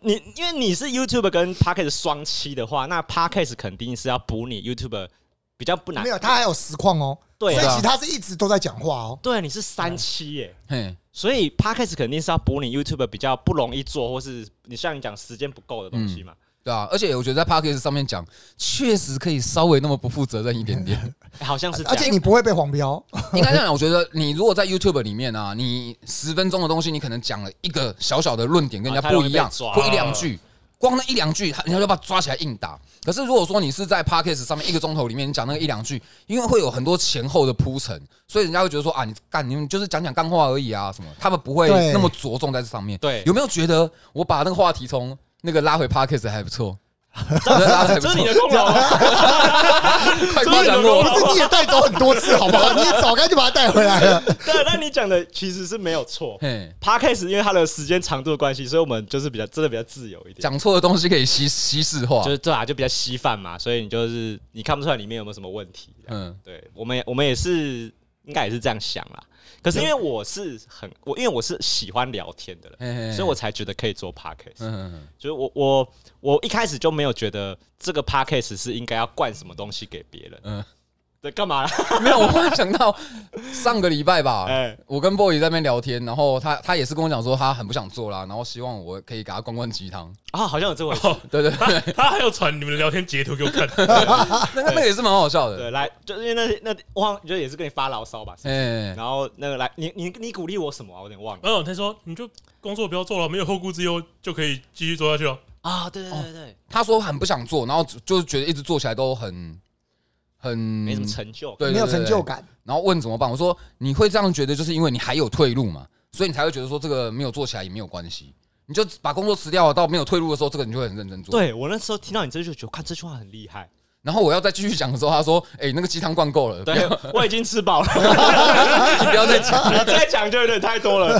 C: 你因为你是 YouTube 跟 Podcast 双七的话，那 Podcast 肯定是要补你 YouTube 比较不难
B: 没。有，他还有实况哦。
C: 对
B: 所以
A: 对啊
B: 其他是一直都在讲话哦。
C: 对，你是三七耶，
A: 嘿，
C: 所以 Podcast 肯定是要补你 YouTube 比较不容易做，或是你像你讲时间不够的东西嘛。
A: 对啊，而且我觉得在 p a c k 上面讲，确实可以稍微那么不负责任一点点。
C: 哎好像是这
B: 而
A: 啊
C: 样。
B: 且你不会被黄标，
A: [LAUGHS] 应该这样讲，我觉得你如果在 YouTube 里面啊，你十分钟的东西，你可能讲了一个小小的论点跟人家不一样
C: 啊太容易被抓，
A: 或一两句，光那一两句，人家就把他抓起来硬打。可是如果说你是在 Podcast 上面一个钟头里面，你讲那个一两句，因为会有很多前后的铺陈，所以人家会觉得说啊，你干你们就是讲讲干话而已啊，什么，他们不会
B: 对
A: 那么着重在这上面。
C: 对
A: 有没有觉得我把那个话题从那个拉回 Podcast 还不
C: [LAUGHS]
A: 错？真的拉回还不
C: 这
A: 错
C: 是你，的功劳啊吗？
A: [LAUGHS] 快
C: 这是
A: 夸
C: 你的
A: 奖
C: 功
A: 我
C: 劳。
B: 不是你也带走很多次，好
A: [LAUGHS]
B: 不好？你也早该就把它带回来了。
C: [LAUGHS] 对，但你讲的其实是没有错。
A: 嘿，
C: Podcast 因为它的时间长度的关系，所以我们就是比较真的比较自由一点。
A: 讲错的东西可以稀稀释化
C: 就。是对啊，就比较稀饭嘛，所以你就是你看不出来里面有没有什么问题。
A: 嗯，
C: 对我们也我们也是应该也是这样想啦。可是因为我是很我因为我是喜欢聊天的人，
A: 嘿嘿嘿
C: 所以我才觉得可以做 podcast。
A: 哎嗯嗯嗯 [LAUGHS]
C: 就是我我我一开始就没有觉得这个 podcast 是应该要灌什么东西给别人。
A: 嗯
C: 嗯，对，干嘛啦？
A: 没有，我忽然想到上个礼拜吧，
C: [LAUGHS] 哎
A: 我跟 boy 在那边聊天，然后他他也是跟我讲说他很不想做啦，然后希望我可以给他灌灌鸡汤。
C: 啊，好像有这回事。
A: 对对对，
D: 他还有传你们的聊天截图给我看，
A: 那个那个也是蛮好笑的。
C: 对，来，就是因为那那我好像就也是跟你发牢骚吧。是不是
A: 哎，
C: 然后那个来，你你你鼓励我什么啊？我有点忘了
D: 嗯，他说你就工作不要做了，没有后顾之忧就可以继续做下去了。
C: 啊！对对对对对，
A: 他说很不想做，然后就就是觉得一直做起来都很很
C: 没
A: 没
C: 什么成就感。
A: 嗯对，对
B: 没有成就。
A: 对对
B: 感，
A: 然后问怎么办，我说你会这样觉得，就是因为你还有退路嘛，所以你才会觉得说这个没有做起来也没有关系，你就把工作辞掉，到没有退路的时候，这个你就会很认真做。
C: 对我那时候听到你这句，觉得看这句话很厉害。
A: 然后我要再继续讲的时候，他说：“哎、那个鸡汤灌够了，不
C: 对
A: 要，
C: 我已经吃饱了，
A: [LAUGHS] 你不要再讲。”
C: 你再讲就有点太多了。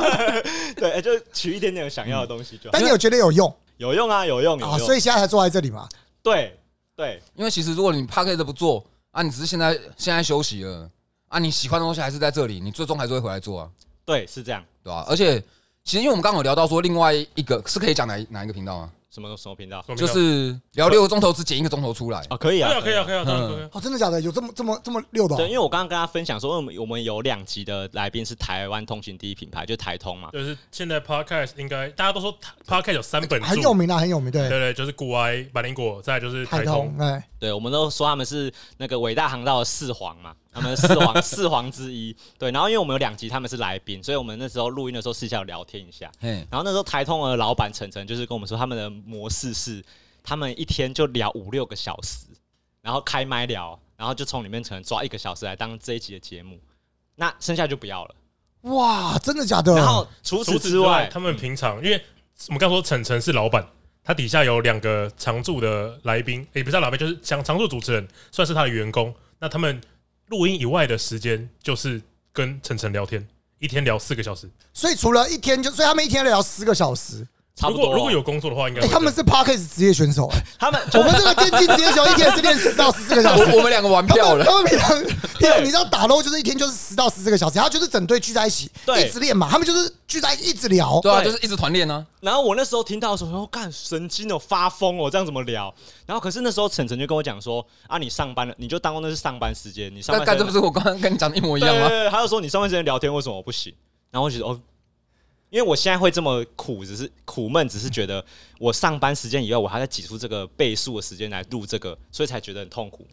C: [LAUGHS] 对，哎就取一点点想要的东西就好
B: 嗯但。你有觉得有用
C: 有用啊，有用，有
B: 啊？
C: 用。
B: 所以现在才坐在这里嘛。
C: 对对
A: 因为其实如果你 p a c k a g e 不做啊，你只是现在现在休息了啊，你喜欢的东西还是在这里，你最终还是会回来做啊，
C: 对是这样。
A: 对吧、而且其实因为我们刚刚有聊到说，另外一个是可以讲哪一哪一个频道啊？
C: 什么什么频道
D: 说明
A: 就
D: 了
A: 是聊六个钟头只剪一个钟头出来，
C: 啊？可以
D: 可以
C: 啊，
D: 啊，可以啊，。可以啊，当然可以啊。
B: 哦，真的假的？有这么这么这么溜的
C: 对，
B: 哦？
C: 因为我刚刚跟他分享说，嗯我们我们有两集的来宾是台湾通勤第一品牌，就是台通嘛。
D: 就是现在 podcast 应该大家都说它 podcast 有三本
B: 很
D: 柱
B: 有名啊，很有名。
D: 对
B: 对，
D: 对，就是古埃、百灵果，再来就是
B: 台
D: 台
B: 通
D: 通。
B: 哎，
C: 对，我们都说他们是那个伟大航道的四皇嘛，他们是四
D: [LAUGHS]
C: 皇四皇之一。对，然后因为我们有两集他们是来宾，所以我们那时候录音的时候私下有聊天一下。
A: 嘿，
C: 然后那时候台通的老板晨晨就是跟我们说，他们的模式是他们一天就聊五六个小时，然后开麦聊，然后就从里面可能抓一个小时来当这一集的节目，那剩下就不要了。
B: 哇，真的假的？
C: 然后除
D: 除
C: 此
D: 此
C: 之
D: 之外
C: 外，，嗯
D: 他们平常因为我们刚说晨晨是老板，他底下有两个常驻的来宾，也不是老板，就是常常驻主持人，算是他的员工。那他们录音以外的时间就是跟晨晨聊天，一天聊四个小时。
B: 所以除了一天就，所以他们一天聊十个小时。
C: 差
D: 如
C: 不多啊
D: 果如果有工作的话，应该
B: 哎，
D: 会
B: 他们是 Parkes 职业选手哎，
C: 他们
B: 我
C: 就
B: 们这个电竞职业选手一天是练十到十四个小时。
A: 我我们两个玩
B: 他
C: [LAUGHS]
A: 票
B: 们
A: 了，
B: 他们平常平常你知道打 LO 就是一天就是十到十四个小时，他就是整队聚在一起，
C: 对
B: 一直练嘛，他们就是聚在一起一直聊。
A: 对啊，
C: 对
A: 就是一直团练呢。
C: 然后我那时候听到的时候说，干神经哦，发疯哦，这样怎么聊？然后可是那时候晨晨就跟我讲说，啊，你上班了，你就当那是上班时间，你上
A: 那
C: 班
A: 干
C: 时
A: 这
C: 间
A: 不是我刚刚跟你讲的一模一
C: 对
A: 样吗
C: 对？对，他就说你上班时间聊天为什么我不行？然后我就觉得哦，因为我现在会这么苦，只是苦闷，只是觉得我上班时间以外，我还在挤出这个倍数的时间来录这个，所以才觉得很痛苦。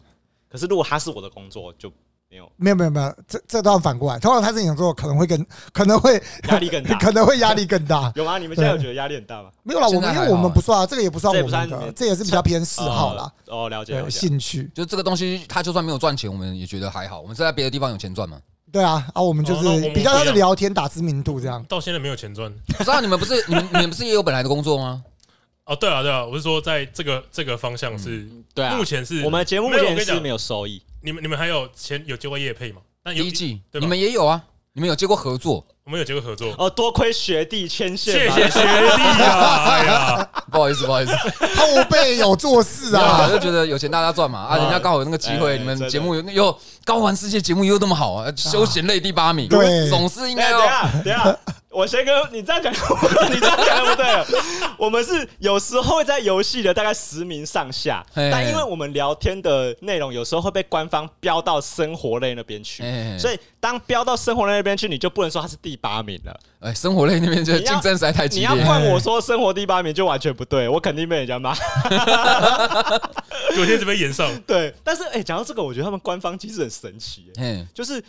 C: 可是如果他是我的工作，就没有
B: 没有没有没有，这这段反过来，通常他这样做可能会更可能会
C: 压力更大。
B: [LAUGHS] 可能会压力更大。
C: 有吗？你们现在有觉得压力很大吗？
B: 没有啦，我
A: 现
B: 们
A: 在
B: 因
A: 还
B: 为我们
A: 好
B: 不算啊，这个也不算
C: 这也
B: 我
C: 不
B: 们
C: 算
B: 的，这也是比较偏嗜好啦，
C: 哦。哦，了解
B: 对
C: 了解。
B: 兴趣。
A: 就这个东西，它就算没有赚钱，我们也觉得还好。我们是在别的地方有钱赚
C: [LAUGHS]
A: 嘛？
B: 对啊，啊，我们就
D: 哦那我
B: 是
D: 们
B: 比较
D: 不
B: 像
D: 一
B: 是
D: 样
B: 聊天打知名度这样。 [LAUGHS]
D: 到现在没有钱赚。
A: 不知道你们不是你们你们不是也有本来的工作吗？
D: 哦，对啊，对啊，我是说在这个这个方向是，
C: 对啊，
D: 目前是
C: 我们的节目目
D: 没有我
C: 前
D: 跟你
C: 是
D: 讲
C: 没，有收益，
D: 你们你们还有前有接过业配吗？但有
A: 第一季
D: 对吧
A: 你们也有啊，你们有接过合作？
D: 我们有接过合作，
C: 哦，多亏学弟牵
D: 谢
C: 线吧，
D: 谢
C: 哎
D: 学弟啊，哎呀，
A: 不好意思，不好意思，
B: 后辈啊有做事
A: 对啊，
B: 啊，
A: 就觉得有钱大家赚嘛啊，
C: 啊
A: 人家刚好有那个机
C: 哎
A: 会，你们
C: 真的
A: 节目又又高玩世界节目又那么好啊，休闲类第八名，
B: 对
A: 总是应
C: 哎等
A: 该要
C: 一下，等一下，等一下，我先跟你这样讲，你这样讲就不对
D: [LAUGHS]
C: 了。我们是有时候会在游戏的大概十名上下，
A: 嘿
C: 但因为我们聊天的内容有时候会被官方标到生活类那边去
A: 嘿嘿，
C: 所以当标到生活类那边去，你就不能说他是第八名了。
A: 哎，生活类那边就
C: 你要
A: 竞争实在太激
C: 你要
A: 烈。
C: 换我说生活第八名就完全不对，我肯定被人家骂。 [LAUGHS]
D: 有天这边延上，
C: 对，但是哎，欸讲、到这个，我觉得他们官方机制很神奇、欸
A: 嗯，
C: 就是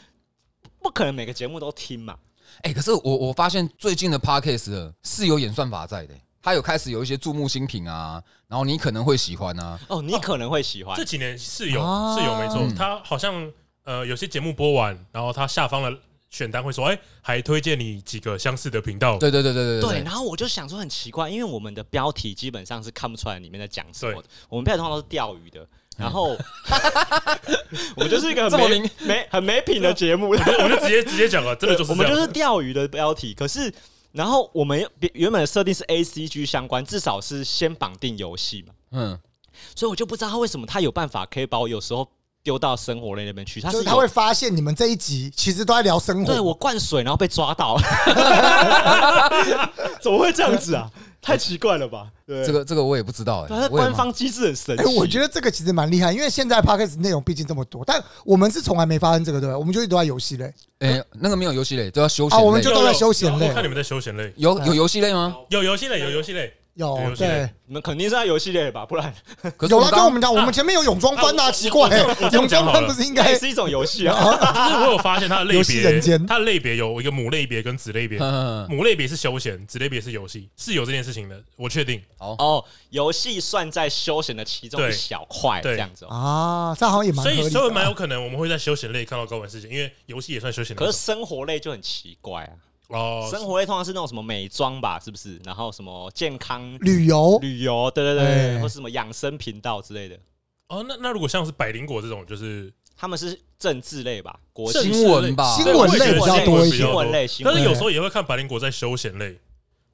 C: 不可能每个节目都听嘛。
A: 哎，可是我我发现最近的 podcast 了是有演算法在的，它有开始有一些注目新品啊，然后你可能会喜欢啊，
C: 哦，你可能会喜欢
D: 这，几年是有
B: 啊
D: 是有没错
A: 嗯，
D: 他好像呃有些节目播完，然后他下方的选单会说，哎，还推荐你几个相似的频道，
A: 对对对对
C: 对，
A: 对
C: 然后我就想说很奇怪，因为我们的标题基本上是看不出来里面在讲什么的，我们标题通常都是钓鱼的，然后我们就是一个
A: 这么
C: 很没
A: 明
C: 没很没品的节目，
D: 我就直接直接讲了，真的就是
C: 我们
D: 这
C: 就
D: 样
C: 是钓鱼的标题，可是。然后我们原原本的设定是 A C G 相关，至少是先绑定游戏嘛，
A: 嗯，
C: 所以我就不知道他为什么他有办法可以把我有时候丢到生活类那边去，他
B: 就是是他
C: 有
B: 会发现你们这一集其实都在聊生活。
C: 对我灌水然后被抓到， [LAUGHS] 怎么会这样子啊？太奇怪了吧？对
A: 这个这个我也不知道
C: 对啊，
A: 哎，
C: 它
A: 我也
C: 官
A: 蛮
C: 方机制很神
B: 哎、
C: 奇。
B: 我觉得这个其实蛮厉害，因为现在 podcast 内容毕竟这么多，但我们是从来没发生这个，对吧？我们就一直都在游戏类，
A: 哎那个没有游戏类，都要休
B: 啊我
A: 闲
B: 们
A: 类
B: 就，都在休闲类
D: 我看你们在休闲类，
A: 有有游戏类吗？
D: 有游戏类，有游戏类，
B: 有
D: 游戏类
B: 对，
C: 你们肯定是在游戏类吧，不然
A: 可是
B: 有啦，
A: 们
B: 跟
A: 刚
B: 我们讲，我们前面有泳装翻啊，奇怪、欸，泳装翻不是应
C: 它也
B: 该
C: 哎是一种游戏啊。
D: 就是我有发现它的类
B: 游戏人
D: 别
B: 间，
D: 它的类别有一个母类别跟子类别，
A: [LAUGHS] 嗯嗯嗯
D: 母类别是休闲，子类别是游戏，是有这件事情的，我确定。
C: 哦，游戏算在休闲的其中一
D: 对
C: 小块这样子
B: 啊？
C: 哦。
B: 这好像也蛮合
D: 所
B: 理
D: 以，
B: 的
D: 所以蛮有可能我们会在休闲类看到高玩事件，因为游戏也算休闲类
C: 可
D: 种。
C: 是生活类就很奇怪啊，生
D: 哦，
C: 活类通常是那种什么美妆吧，是不是？然后什么健康、
B: 旅游
C: 旅游，对对对，
B: 哎
C: 或是什么养生频道之类的。
D: 哦，那那如果像是百灵果这种，就是
C: 他们是政治类吧，国
D: 政
C: 际
A: 新闻吧，
B: 新闻类比较多一
D: 对
B: 些
C: 新
D: 我
C: 闻
D: 也觉得
C: 类、新
D: 但
C: 闻
D: 是
C: 类，
D: 有时候也会看百灵果在休闲类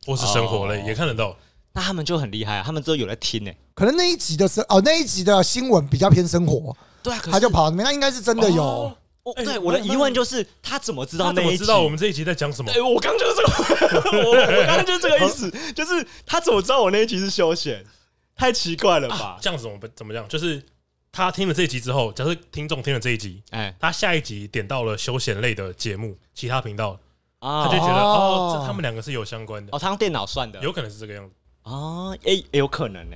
D: 或是生活类
C: 哦
D: 也看得到。
C: 那他们就很厉害啊，他们都有在听呢。
B: 可能那一集的是哦，那一集的新闻比较偏生活，
C: 对啊，可
B: 他
C: 是
B: 就跑到那边，那应该是真的有。
D: 哦
C: 我
D: 哎
C: 对我的
D: 那
C: 疑问就是，他怎么知道
D: 他
C: 那
D: 怎么
C: 一
D: 知道
C: 集
D: 我们这一集在讲什么
C: 哎、？我刚就是这
D: [LAUGHS]
C: 个，我我刚刚就是这个意思，就是他怎么知道我那一集是休闲？太奇怪了吧？
D: 这样子我们怎么样？就是他听了这一集之后，假设听众听了这一集，
C: 哎、
D: 他下一集点到了休闲类的节目，其他频道，他
C: 啊
D: 就觉得
B: 哦
D: 哦，这他们两个是有相关的
C: 哦，，他用电脑算的，
D: 有可能是这个样子。
C: 啊，哎、也有可能呢、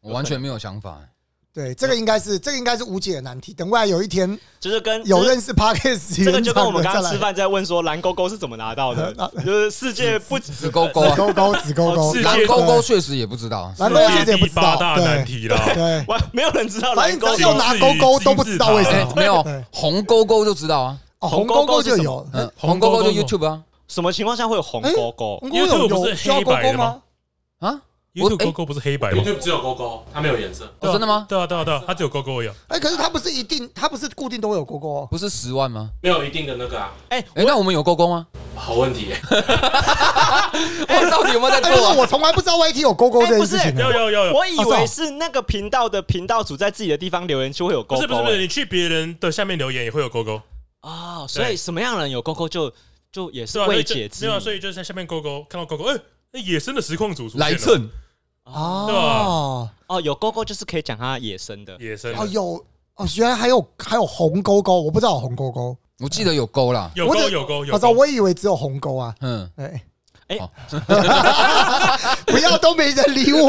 A: 我完全没有想法。欸
B: 对，这个应该是这个应该是无解的难题。等未来有一天
C: 就是跟
B: 有
C: 就是
B: 认识 podcast
C: 这个就跟我们刚刚吃
B: 吃 [LAUGHS] 饭，
C: 饭在问说蓝勾勾是怎么拿到
D: [LAUGHS]
C: 的，
D: 啊
C: 就是世界不止
A: 子勾勾啊，
B: 勾勾子勾勾，
D: 世
A: 蓝
D: 界
A: 勾勾确实也不知道，啊
B: 蓝勾勾其实也不
D: 第
B: 知
D: 八
B: 道，
D: 大
B: 对
D: 难题啊啦，
B: 对，
C: 哇，没有人知道
B: 反正
C: 蓝勾
B: 只要
C: 勾
B: 有拿勾勾都不知道为什
A: 哎
B: 么。
A: 没有
B: 对哎
A: 红勾勾就知道啊，
B: 哦，
C: 红
B: 红
C: 勾
B: 勾
C: 勾
B: 勾
C: 是
B: 就
C: 什么
B: 有，
A: 嗯，红
D: 红
A: 勾
D: 勾
A: 勾
D: 勾
A: 就 YouTube 啊
C: 什么情况下会有红
B: 哎
C: 勾勾？
B: 红勾
D: 因为
B: 有
D: 这个不
B: 有
D: 是
B: 需要
D: 黑
B: 勾
D: 白
B: 勾
D: 的
B: 吗
D: 吗？
A: 啊，我
D: YouTube
A: 哎
D: 勾勾不是黑白吗？
F: YouTube 只有勾勾，它没有颜色。
A: 哦真的吗？
D: 对啊，对啊，对啊，它只有勾勾而已啊。
B: 哎，可是它不是一定，它不是固定都会有勾勾哦。
A: 不是十万吗？
F: 没有一定的那个啊，
C: 哎、
A: 哎，那我们有勾勾吗？
F: 好问
D: [LAUGHS]
F: 题耶。
A: 我到底有没有在
B: 哎，
A: 做
B: 可是
A: 啊？
B: 我从来不知道 YT 有勾勾
C: 哎
B: 这
C: 不
B: 件
C: 是
B: 事情
D: 有
B: 的。
D: 有有有，
C: 我以为是那个频道的频道主在自己的地方留言区会有勾勾、
D: 不是不是不是，
C: 哎
D: 你去别人的下面留言也会有勾勾，
C: 哦，所以
D: 对
C: 什么样的人有勾勾就就也
D: 是
C: 是
D: 吧？
C: 未
D: 所以
C: 解
D: 就
C: 之
D: 没
C: 谜。
D: 有啊，所以就是在下面勾勾看到勾勾，哎，那野生的实况组出现了
A: 来蹭，
C: 哦
D: 对吧
B: 哦
C: 哦，有勾勾就是可以讲它野生的，
D: 野生的
B: 哦有哦，原来还有还有红勾勾，我不知道有红勾勾，
A: 我记得有勾啦，
D: 有
B: 我
D: 勾
B: 只
D: 有勾有
B: 我操，
D: 勾，
B: 我以为只有红勾啊。
A: 嗯，
B: 对，
C: 哎
A: 哦
B: 不要都没人理我。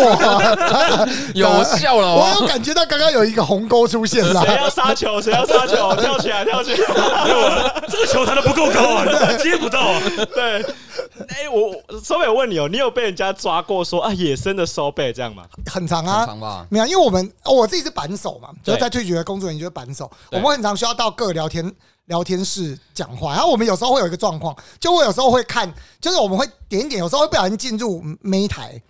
A: [LAUGHS] 有我笑了
B: 我
A: 哦，
B: 有感觉到刚刚有一个鸿沟出现了
C: 谁。
A: 啊
C: 要杀球？谁要杀球？跳起来，跳起来！
D: 这个球弹的不够高啊，接不到啊。
C: 对，哎、我收贝，我问你哦，你有被人家抓过说啊野生的收贝这样吗？
B: 很长
A: 很
B: 啊，
A: 长吧？
B: 没有，因为我们哦我自己是板手嘛，就
C: 对
B: 是在退学的工作人员就是板手，我
C: 对
B: 们很常需要到各聊天聊天室讲话，然后我们有时候会有一个状况，就我有时候会看，就是我们会点一点，有时候会不小心进入妹台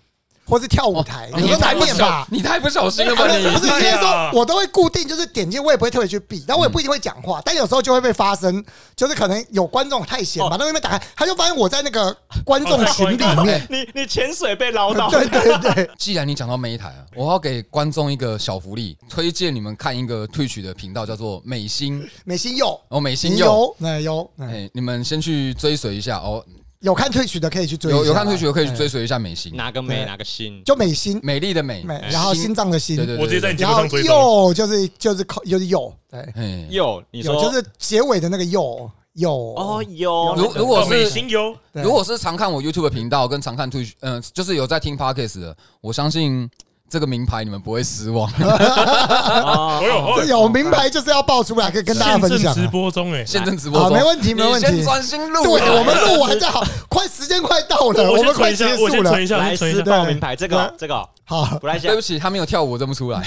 B: 或是跳舞台，
A: 哦你
B: 们
A: 太
B: 难
A: 不
B: 免
A: 小
B: 吧，？
A: 你太不小心了吧
B: 啊
A: 你
B: 不？是，应该
D: 对啊
B: 说我都会固定就是点进，我也不会特别去避，
A: 嗯
B: 但我也不一定会讲话，但有时候就会被发生，就是可能有观众太闲，
C: 哦
B: 把那边打开，他就发现我在那个观
A: 哦
B: 众
D: 哦
B: 群里面，
C: 你你潜水被捞到，
B: 对对对，
A: 哎既然你讲到妹台啊，我要给观众一个小福利，推荐你们看一个退取的频道，叫做美心
B: 美心有，
A: 哦，美心
B: 你
A: 有。
B: 有，那有，嗯
A: 哎、你们先去追随一下哦，
B: 有看退取的可以去追一下啦，
A: 有有看退取的可以去追
B: 哎，
A: 随一下美心，
C: 哪个美
B: 对
C: 哪个心？
B: 就美心
A: 美丽的美，
B: 美，然后心脏的心，
A: 对对对，
D: 我直接在你节
B: 然
D: 目
B: 后
D: 上追踪，
B: 右就是就是口就是右，对，
A: 哎，
C: 有你说
B: 有就是结尾的那个右右
C: 哦，有
A: 如如果
D: 哦美
A: 是
D: 心优，
B: 对
A: 如果是常看我 YouTube 频道跟常看退，嗯、就是有在听 Podcast 的，我相信这个名牌你们不会失望。
C: 哦
D: 我有
B: 这
D: 哦，
B: 有名牌就是要爆出来，可以跟大家分
D: 现正
B: 享
D: 直
B: 啊。
D: 播中哎，
A: 现正直播
B: 好，
A: 中，
B: 没问题，没问
A: 你
B: 题
A: 先。专心录啊，
D: [LAUGHS]
B: 对我们录完就好， [LAUGHS] 快时间快到了，
D: 我
B: 我
D: 先
B: 们
D: 存
B: 快
D: 一
B: 结
D: 下，
B: 束
D: 我先存
B: 了
D: 一。下，我
C: 来
D: 先存一
C: 私
D: 下。
C: 报名牌，这个这个
B: 好， [LAUGHS]
C: 不太像
A: 对不。起，他没有跳舞，我认不出来。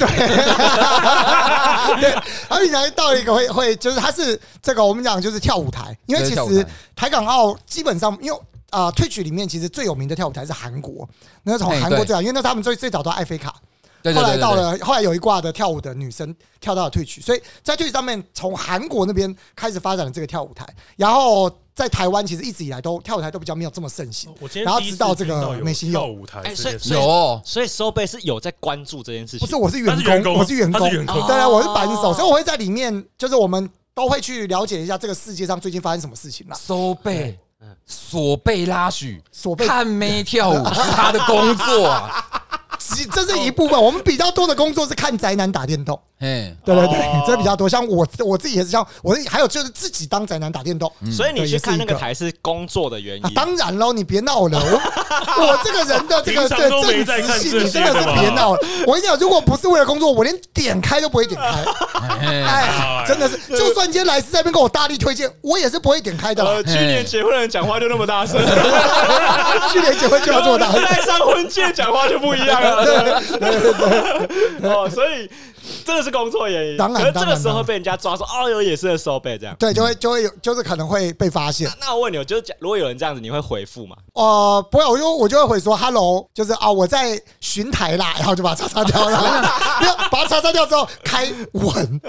B: 他平常到一个会会，就是他是这个我们讲就是跳舞台，因为其
A: 对跳舞
B: 实
A: 台
B: 台港澳基本上因为。啊、退曲里面其实最有名的跳舞台是韩国，那是从
A: 哎
B: 韩国
A: 对
B: 最早，因为那是他们最最早到艾菲卡，
A: 对
B: 后
A: 对
B: 来
A: 对
B: 到
A: 对
B: 了后来有一挂的跳舞的女生跳到了退曲，所以在退曲上面从韩国那边开始发展了这个跳舞台，然后在台湾其实一直以来都跳舞台都比较没有这么盛行，
D: 我今天
B: 然后
D: 第一
B: 知
D: 次
B: 道这
D: 听到
B: 个
D: 有
B: 美心
D: 跳
B: 有，
D: 舞台
C: 哎
D: 这
C: 所以
D: 件事，
A: 对，有
C: 所以收贝是有在关注这件事
B: 不
C: 情，
B: 是我是
D: 他
B: 员
D: 是
B: 工，
D: 员工啊，
B: 我是员
D: 他
B: 工
D: 是，员
C: 哦
D: 工，
B: 对啊，我是扳手，所以我会在里面，就是我们都会去了解一下这个世界上最近发生什么事情啦。
A: 收贝。索贝拉许，
B: 索贝
A: 看妹跳舞是他的工作啊！
B: 其这是一部分，我们比较多的工作是看宅男打电动，
A: 哎，
B: 对对对，
C: 哦
B: 这比较多。像我我自己也是像我自己，还有就是自己当宅男打电动。
C: 所以你去看那个
B: 对
C: 台是工作的原因
D: 嗯
B: 啊，。当然喽，你别闹了，
D: [LAUGHS]
B: 我我这个人的这个
D: 平常
B: 对
D: 都没在
B: 正
D: 看
B: 直性，
D: 这
B: 你
D: 些
B: 真的是
D: 的吧
B: 别闹了。我跟你讲，如果不是为了工作，我连点开都不会点
D: [LAUGHS]
B: 开。
A: 哎，
B: 哎，真的是，就算今天莱斯在那边跟我大力推荐，我也是不会点开的啦
C: 呃，。去年结婚的人讲话就那么大声，
B: [LAUGHS] 去年结婚 [LAUGHS] 就要做
C: [LAUGHS]
B: 到。
C: 戴上婚戒讲话就不一样了。对 [LAUGHS] 哦，所以真的是工作原因。
B: 当然
C: 可是这
B: 当
C: 个
B: 然
C: 时候被人家抓说哦，有野生的收贝这样。
B: 对，就会就会有，就是可能会被发现
C: 那。那我问你哦，就是假如果有人这样子，你会回复吗？
B: 呃，不会，我就我就会回说 “hello”，就是啊，我在巡台啦，然后就把它叉叉掉，然后没有把它叉叉掉之后开吻，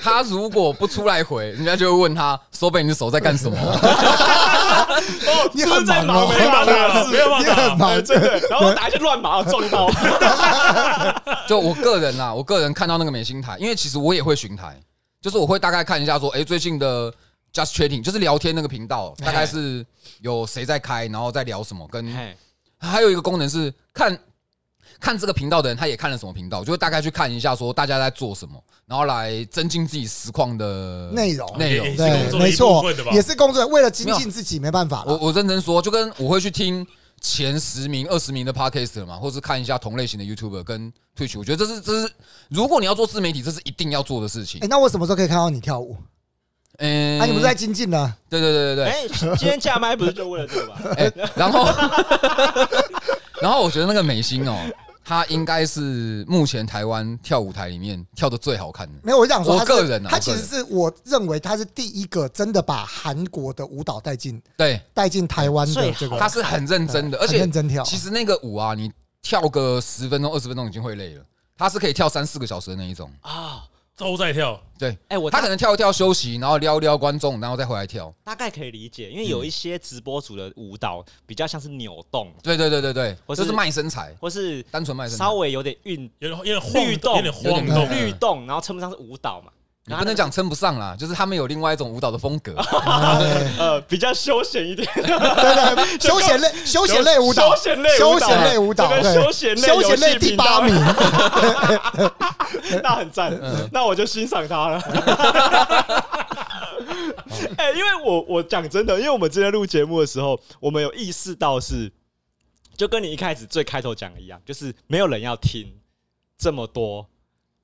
A: 他如果不出来回，人家就会问他：收贝，你的手在干什么？
C: 哦，
B: 你很
C: 在
B: 忙 [LAUGHS] 哦
C: 忙没
D: 没
C: 忙
D: 办法，没有办
B: [LAUGHS] 你很
D: 法，
B: 忙哦
C: 哎，真的，然后打一些乱码哦撞到，
A: [LAUGHS] 就我个人啊啦，我个人看到那个美心台，因为其实我也会巡台，就是我会大概看一下说，哎、最近的 Just Chatting 就是聊天那个频道，大概是有谁在开，然后在聊什么，跟
C: 哎
A: 还有一个功能是看看这个频道的人他也看了什么频道，就会大概去看一下说大家在做什么，然后来增进自己实况的
B: 内容
A: 内容
D: 也。是工
B: 对，没
D: 作的一部
B: 错
D: 分的吧，
B: 也是工作，为了精进自己，没办法
A: 我
B: 了。
A: 我认真说，就跟我会去听前十名、二十名的 podcast 嘛，或是看一下同类型的 YouTuber 跟 Twitch，我觉得这是这是如果你要做自媒体，这是一定要做的事情
B: 哎，。那我什么时候可以看到你跳舞？
A: 嗯，
B: 啊，你不是在精进呢？
A: 对对对对对，
C: 哎，今天架麦不是就为了这个吗？ [LAUGHS]
A: 哎、然后， [LAUGHS] 然后我觉得那个美心哦，她应该是目前台湾跳舞台里面跳的最好看的。
B: 没有，我想说
A: 我
B: 他是，
A: 个人啊
B: 他
A: 我
B: 其
A: 个
B: 实
A: 人
B: 是我认为他是第一个真的把韩国的舞蹈带进
A: 对，
B: 带进台湾的
C: 最
B: 这个，
A: 她是很认真的，
B: 哦
A: 而
B: 很
A: 且
B: 认真跳
A: 其实那个舞啊，你跳个十分钟、二十分钟已经会累了，她是可以跳三四个小时的那一种。
C: 啊，
D: 都在跳，
A: 对，
C: 哎，我
A: 她
C: 大
A: 可能跳一跳休息，然后撩一撩观众，然后再回来跳。
C: 大概可以理解，因为有
B: 嗯
C: 一些直播组的舞蹈比较像是扭动，
A: 对对对对对，
C: 我是
A: 就是卖身材，
C: 或是
A: 单纯卖身材
C: 稍。微有点运
D: 有点有点
C: 律动
D: 晃，有点
A: 有
D: 晃
A: 点
D: 动，
C: 律动，然后称不上是舞蹈嘛。
A: 你不能讲称不上啦，就是他们有另外一种舞蹈的风
C: [LAUGHS]
A: 格。
B: 哎
C: 呃，比较休闲
A: [LAUGHS]
C: 一点，
B: 对对， [LAUGHS] 休闲类休闲类舞蹈，
C: 休闲类
B: 休
C: 舞蹈
B: 闲类舞蹈，
C: 这
B: 对
C: 个休闲类
B: 休闲
C: 游
B: 类
C: 戏
B: 第
C: 频道
B: 八
C: [LAUGHS]
B: 名，
A: 嗯哦
C: 那很赞，那我就欣赏他了。 [LAUGHS] 哎、因为我我讲真的，因为我们之前录节目的时候，我们有意识到是，就跟你一开始最开头讲的一样，就是没有人要听这么多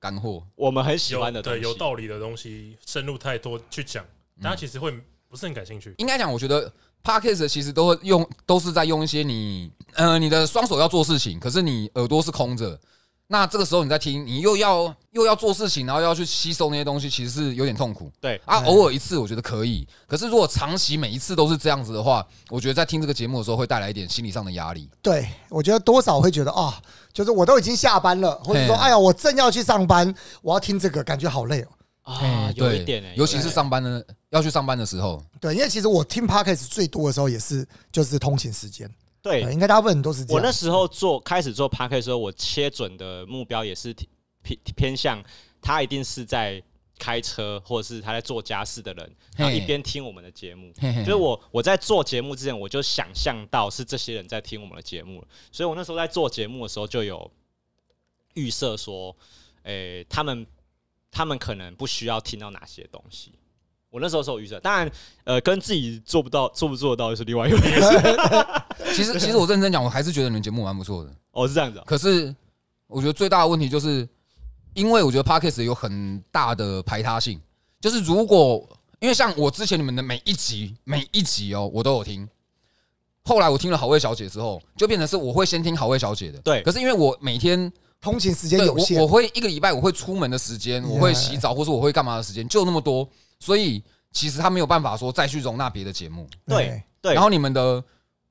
A: 干货，
C: 我们很喜
D: 有
C: 欢的东
D: 对
C: 西。嗯
D: 有道理的东西深入太多去讲，大家其实会不是很感兴趣。
A: 应该讲，我觉得 podcast 其实都会用，都是在用一些你，呃，你的双手要做事情，可是你耳朵是空着。那这个时候你在听，你又要又要做事情，然后又要去吸收那些东西，其实是有点痛苦。
C: 对
A: 啊，
B: 嗯
A: 偶尔一次我觉得可以，可是如果长期每一次都是这样子的话，我觉得在听这个节目的时候会带来一点心理上的压力。
B: 对，我觉得多少会觉得啊、就是我都已经下班了，或者说
A: 嘿
B: 哎呀，我正要去上班，我要听这个，感觉好累哦。
C: 啊，
A: 嗯
C: 有
A: 对
C: 一点哎、
A: 尤其
C: 有一
A: 是
C: 点
A: 上班的要去上班的时候，
B: 对，因为其实我听 podcast 最多的时候也是就是通勤时间，
A: 哎
C: 对
B: 对，应该大部分人都是这
C: 我
B: 样。
C: 那时候做开始做 p a r k 的时候，我切准的目标也是偏偏向他一定是在开车或者是他在做家事的人，然后
A: 嘿
C: 一边听我们的节目。
A: 嘿嘿
C: 就是我我在做节目之前，我就想象到是这些人在听我们的节目了，所以我那时候在做节目的时候就有预设说，诶、他们他们可能不需要听到哪些东西。我那时候是有预设，当然，呃，跟自己做不到做不做得到又是另外一回事。
A: 其实其实我认真讲，我还是觉得你们节目蛮不错的。
C: 哦，是这样子、哦。
A: 可是我觉得最大的问题就是，因为我觉得 podcast 有很大的排他性，就是如果因为像我之前你们的每一集每一集哦，我都有听。后来我听了好味小姐之后，就变成是我会先听好味小姐的。
C: 对
A: 可是因为我每天
B: 通勤时间
A: 对
B: 有
A: 我
B: 限，
A: 我会一个礼拜我会出门的时间，我会
B: Yeah
A: 洗澡或是我会干嘛的时间就那么多，所以其实他没有办法说再去容纳别的节目。
C: 对对，
A: 然后你们的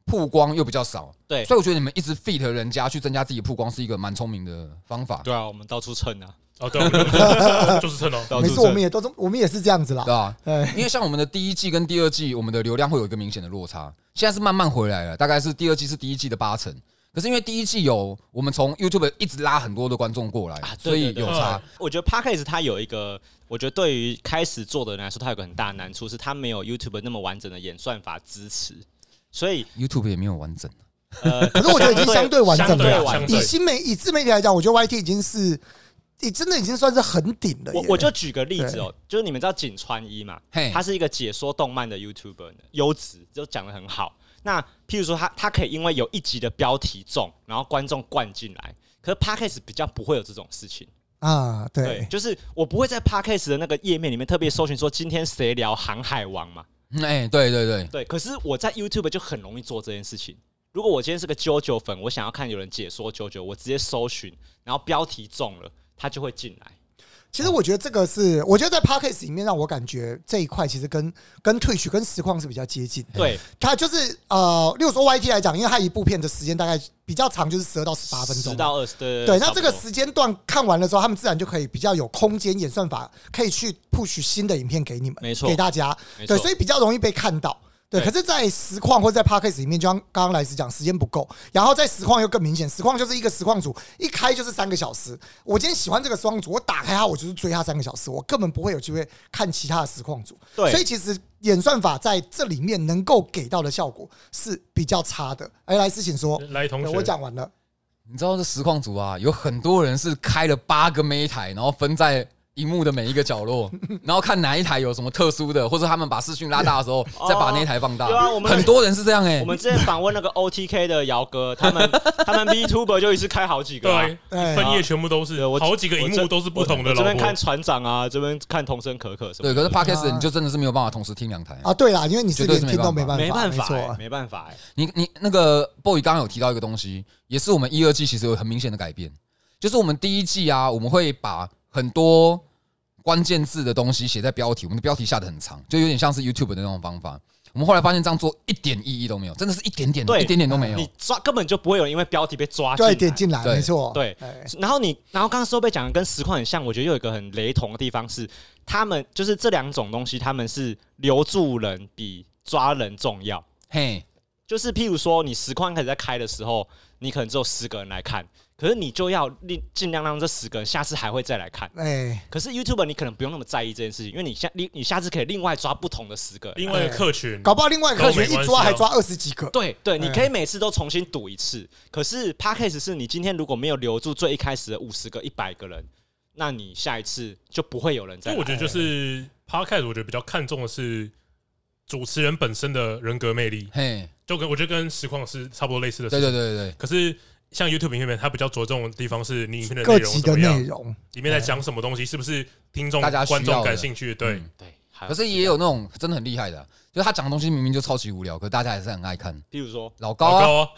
A: 曝光又比较少，
C: 对
A: 所以我觉得你们一直 fit 人家去增加自己的曝光是一个蛮聪明的方法，
C: 对啊，我们到处蹭啊，
D: 哦，对，我们 [LAUGHS] 就是就是趁哦，
C: 到
B: 没
C: 处
B: 事，我
C: 蹭
B: 们。也都这么我们也是这样子啦
A: 对。吧？
B: 哎，
A: 因为像我们的第一季跟第二季，我们的流量会有一个明显的落差，现在是慢慢回来了，大概是第二季是第一季的八成。可是因为第一季有我们从 YouTube 一直拉很多的观众过来，
C: 啊对
A: 所以
C: 对对
A: 有差。
C: 我觉得 Podcast 它有一个，我觉得对于开始做的人来说，它有个很大的难处是它没有 YouTube 那么完整的演算法支持，所以
A: YouTube 也没有完整，
C: 呃，
B: [LAUGHS] 可是我觉得已经相对完整
D: 相对
B: 了
D: 啊
B: 啦。
D: 相
B: 以
D: 对
B: 新媒以自媒体来讲，我觉得 YT 已经是，你真的已经算是很顶了耶。
C: 我我就举个例子哦，就是你们知道井川一嘛，
A: 嘿
C: 他是一个解说动漫的 YouTuber，优质就讲的很好。那譬如说他他可以因为有一集的标题中，然后观众灌进来，可是 Podcast 比较不会有这种事情。
B: 啊，
C: 对
B: 对，，
C: 就是我不会在 podcast 的那个页面里面特别搜寻说今天谁聊航海王嘛。
A: 嗯哎、对对对，
C: 对，可是我在 YouTube 就很容易做这件事情。如果我今天是个 JoJo 粉，我想要看有人解说 JoJo，我直接搜寻，然后标题中了，他就会进来。
B: 其实我觉得这个是，我觉得在 podcast 里面让我感觉这一块其实跟跟 Twitch 跟实况是比较接近。，
C: 对，
B: 它就是呃，例如说 YT 来讲，因为它一部片的时间大概比较长，就是十二到十 [LAUGHS] 八分钟
C: 十。到二十，对
B: 对，那这个
C: 呃差不多
B: 时间段看完了之后，他们自然就可以比较有空间演算法，可以去 push 新的影片给你们，
C: 没错
B: 给大家。
C: 没错
B: 对，所以比较容易被看到。对，
C: 对
B: 可是，在实况或者在 podcast 里面，就像刚刚来时讲，时间不够，然后在实况又更明显，实况就是一个实况组一开就是三个小时。我今天喜欢这个实况组，我打开它，我就是追它三个小时，我根本不会有机会看其他的实况组。
C: 对
B: 所以其实演算法在这里面能够给到的效果是比较差的。哎，来思请说，
D: 来同
B: 对
D: 学，
B: 我讲完了。
A: 你知道这实况组啊，有很多人是开了八个每台，然后分在荧幕的每一个角落，然后看哪一台有什么特殊的，或者他们把视讯拉大的时
C: [LAUGHS]
A: 候，再把那一台放大。
C: 哦对啊我们
A: 很多人是这样哎、
C: 我们之前访问那个 OTK 的姚哥，
B: [LAUGHS]
C: 他们他们 VTuber 就一次开好几个、啊
D: 对。，
B: 哎
D: 分页全部都是
C: 对我
D: 好几个荧幕都是不同的
C: 我这
D: 老
C: 边
D: 婆
C: 看。船长啊，这边看童声可可什么
A: 对，可
C: 的，
A: 是 podcast 你就真的是没有办法同时听两台。
B: 啊，对啦，因为你是
A: 绝对
B: 连
A: 是
B: 听都没
A: 没
B: 办法，
C: 没办法、
B: 没
C: 欸
B: 错，啊
C: 没办法、欸，
A: 你你那个 boy 刚刚有提到一个东西，也是我们一二季其实有很明显的改变，就是我们第一季啊，我们会把很多关键字的东西写在标题，我们的标题下的很长，就有点像是 YouTube 的那种方法。我们后来发现这样做一点意义都没有，真的是一点点，
C: 对呃
A: 一点点都没有。
C: 你抓根本就不会有人因为标题被抓进
B: 对，
C: 来。
B: 点进来，
A: 对
B: 没错，
C: 哎对
B: 哎
C: 然后你，然后刚刚说被讲的跟实况很像，我觉得又有一个很雷同的地方是，他们就是这两种东西，他们是留住人比抓人重要。
A: 嘿，
C: 就是譬如说，你实况开始在开的时候，你可能只有十个人来看，可是你就要尽尽量让这十个人下次还会再来看。
B: 哎，
C: 可是 YouTube 你可能不用那么在意这件事情，因为你下你你下次可以另外抓不同的十个人。
D: 另外一个客群，
B: 搞不好另外一个客
D: 都
B: 群
D: 没关系
B: 一抓
D: 啊
B: 还抓二十几个，
C: 对对，你
B: 哎
C: 可以每次都重新赌一次。可是 p a c k a g e 是你今天如果没有留住最一开始的五十个、一百个人，那你下一次就不会有人
D: 所
C: 再
D: 以
C: 来。
D: 我觉得就是 podcast，我觉得比较看重的是主持人本身的人格魅力，
A: 嘿，
D: 就跟我觉得跟实况是差不多类似的事
A: 对
D: 情。
A: 对对对
D: 可是像 YouTube 影片里面，它比较着重的地方是你影片的内
B: 各
D: 容
A: 啊
B: 级
D: 怎
B: 的
D: 么
B: 内
D: 样，
B: 容，
D: 里面在讲什么东西，是不是听众
A: 大家需
D: 观
A: 要
D: 众
A: 的
D: 感兴趣？对
A: 嗯，
C: 对，
A: 对，
C: 还
A: 可是也有那种真的很厉害的啊，就是他讲的东西明明就超级无聊，可大家还是很爱看。
C: 比如说，
A: 老
D: 老
A: 高啊，
D: 高啊，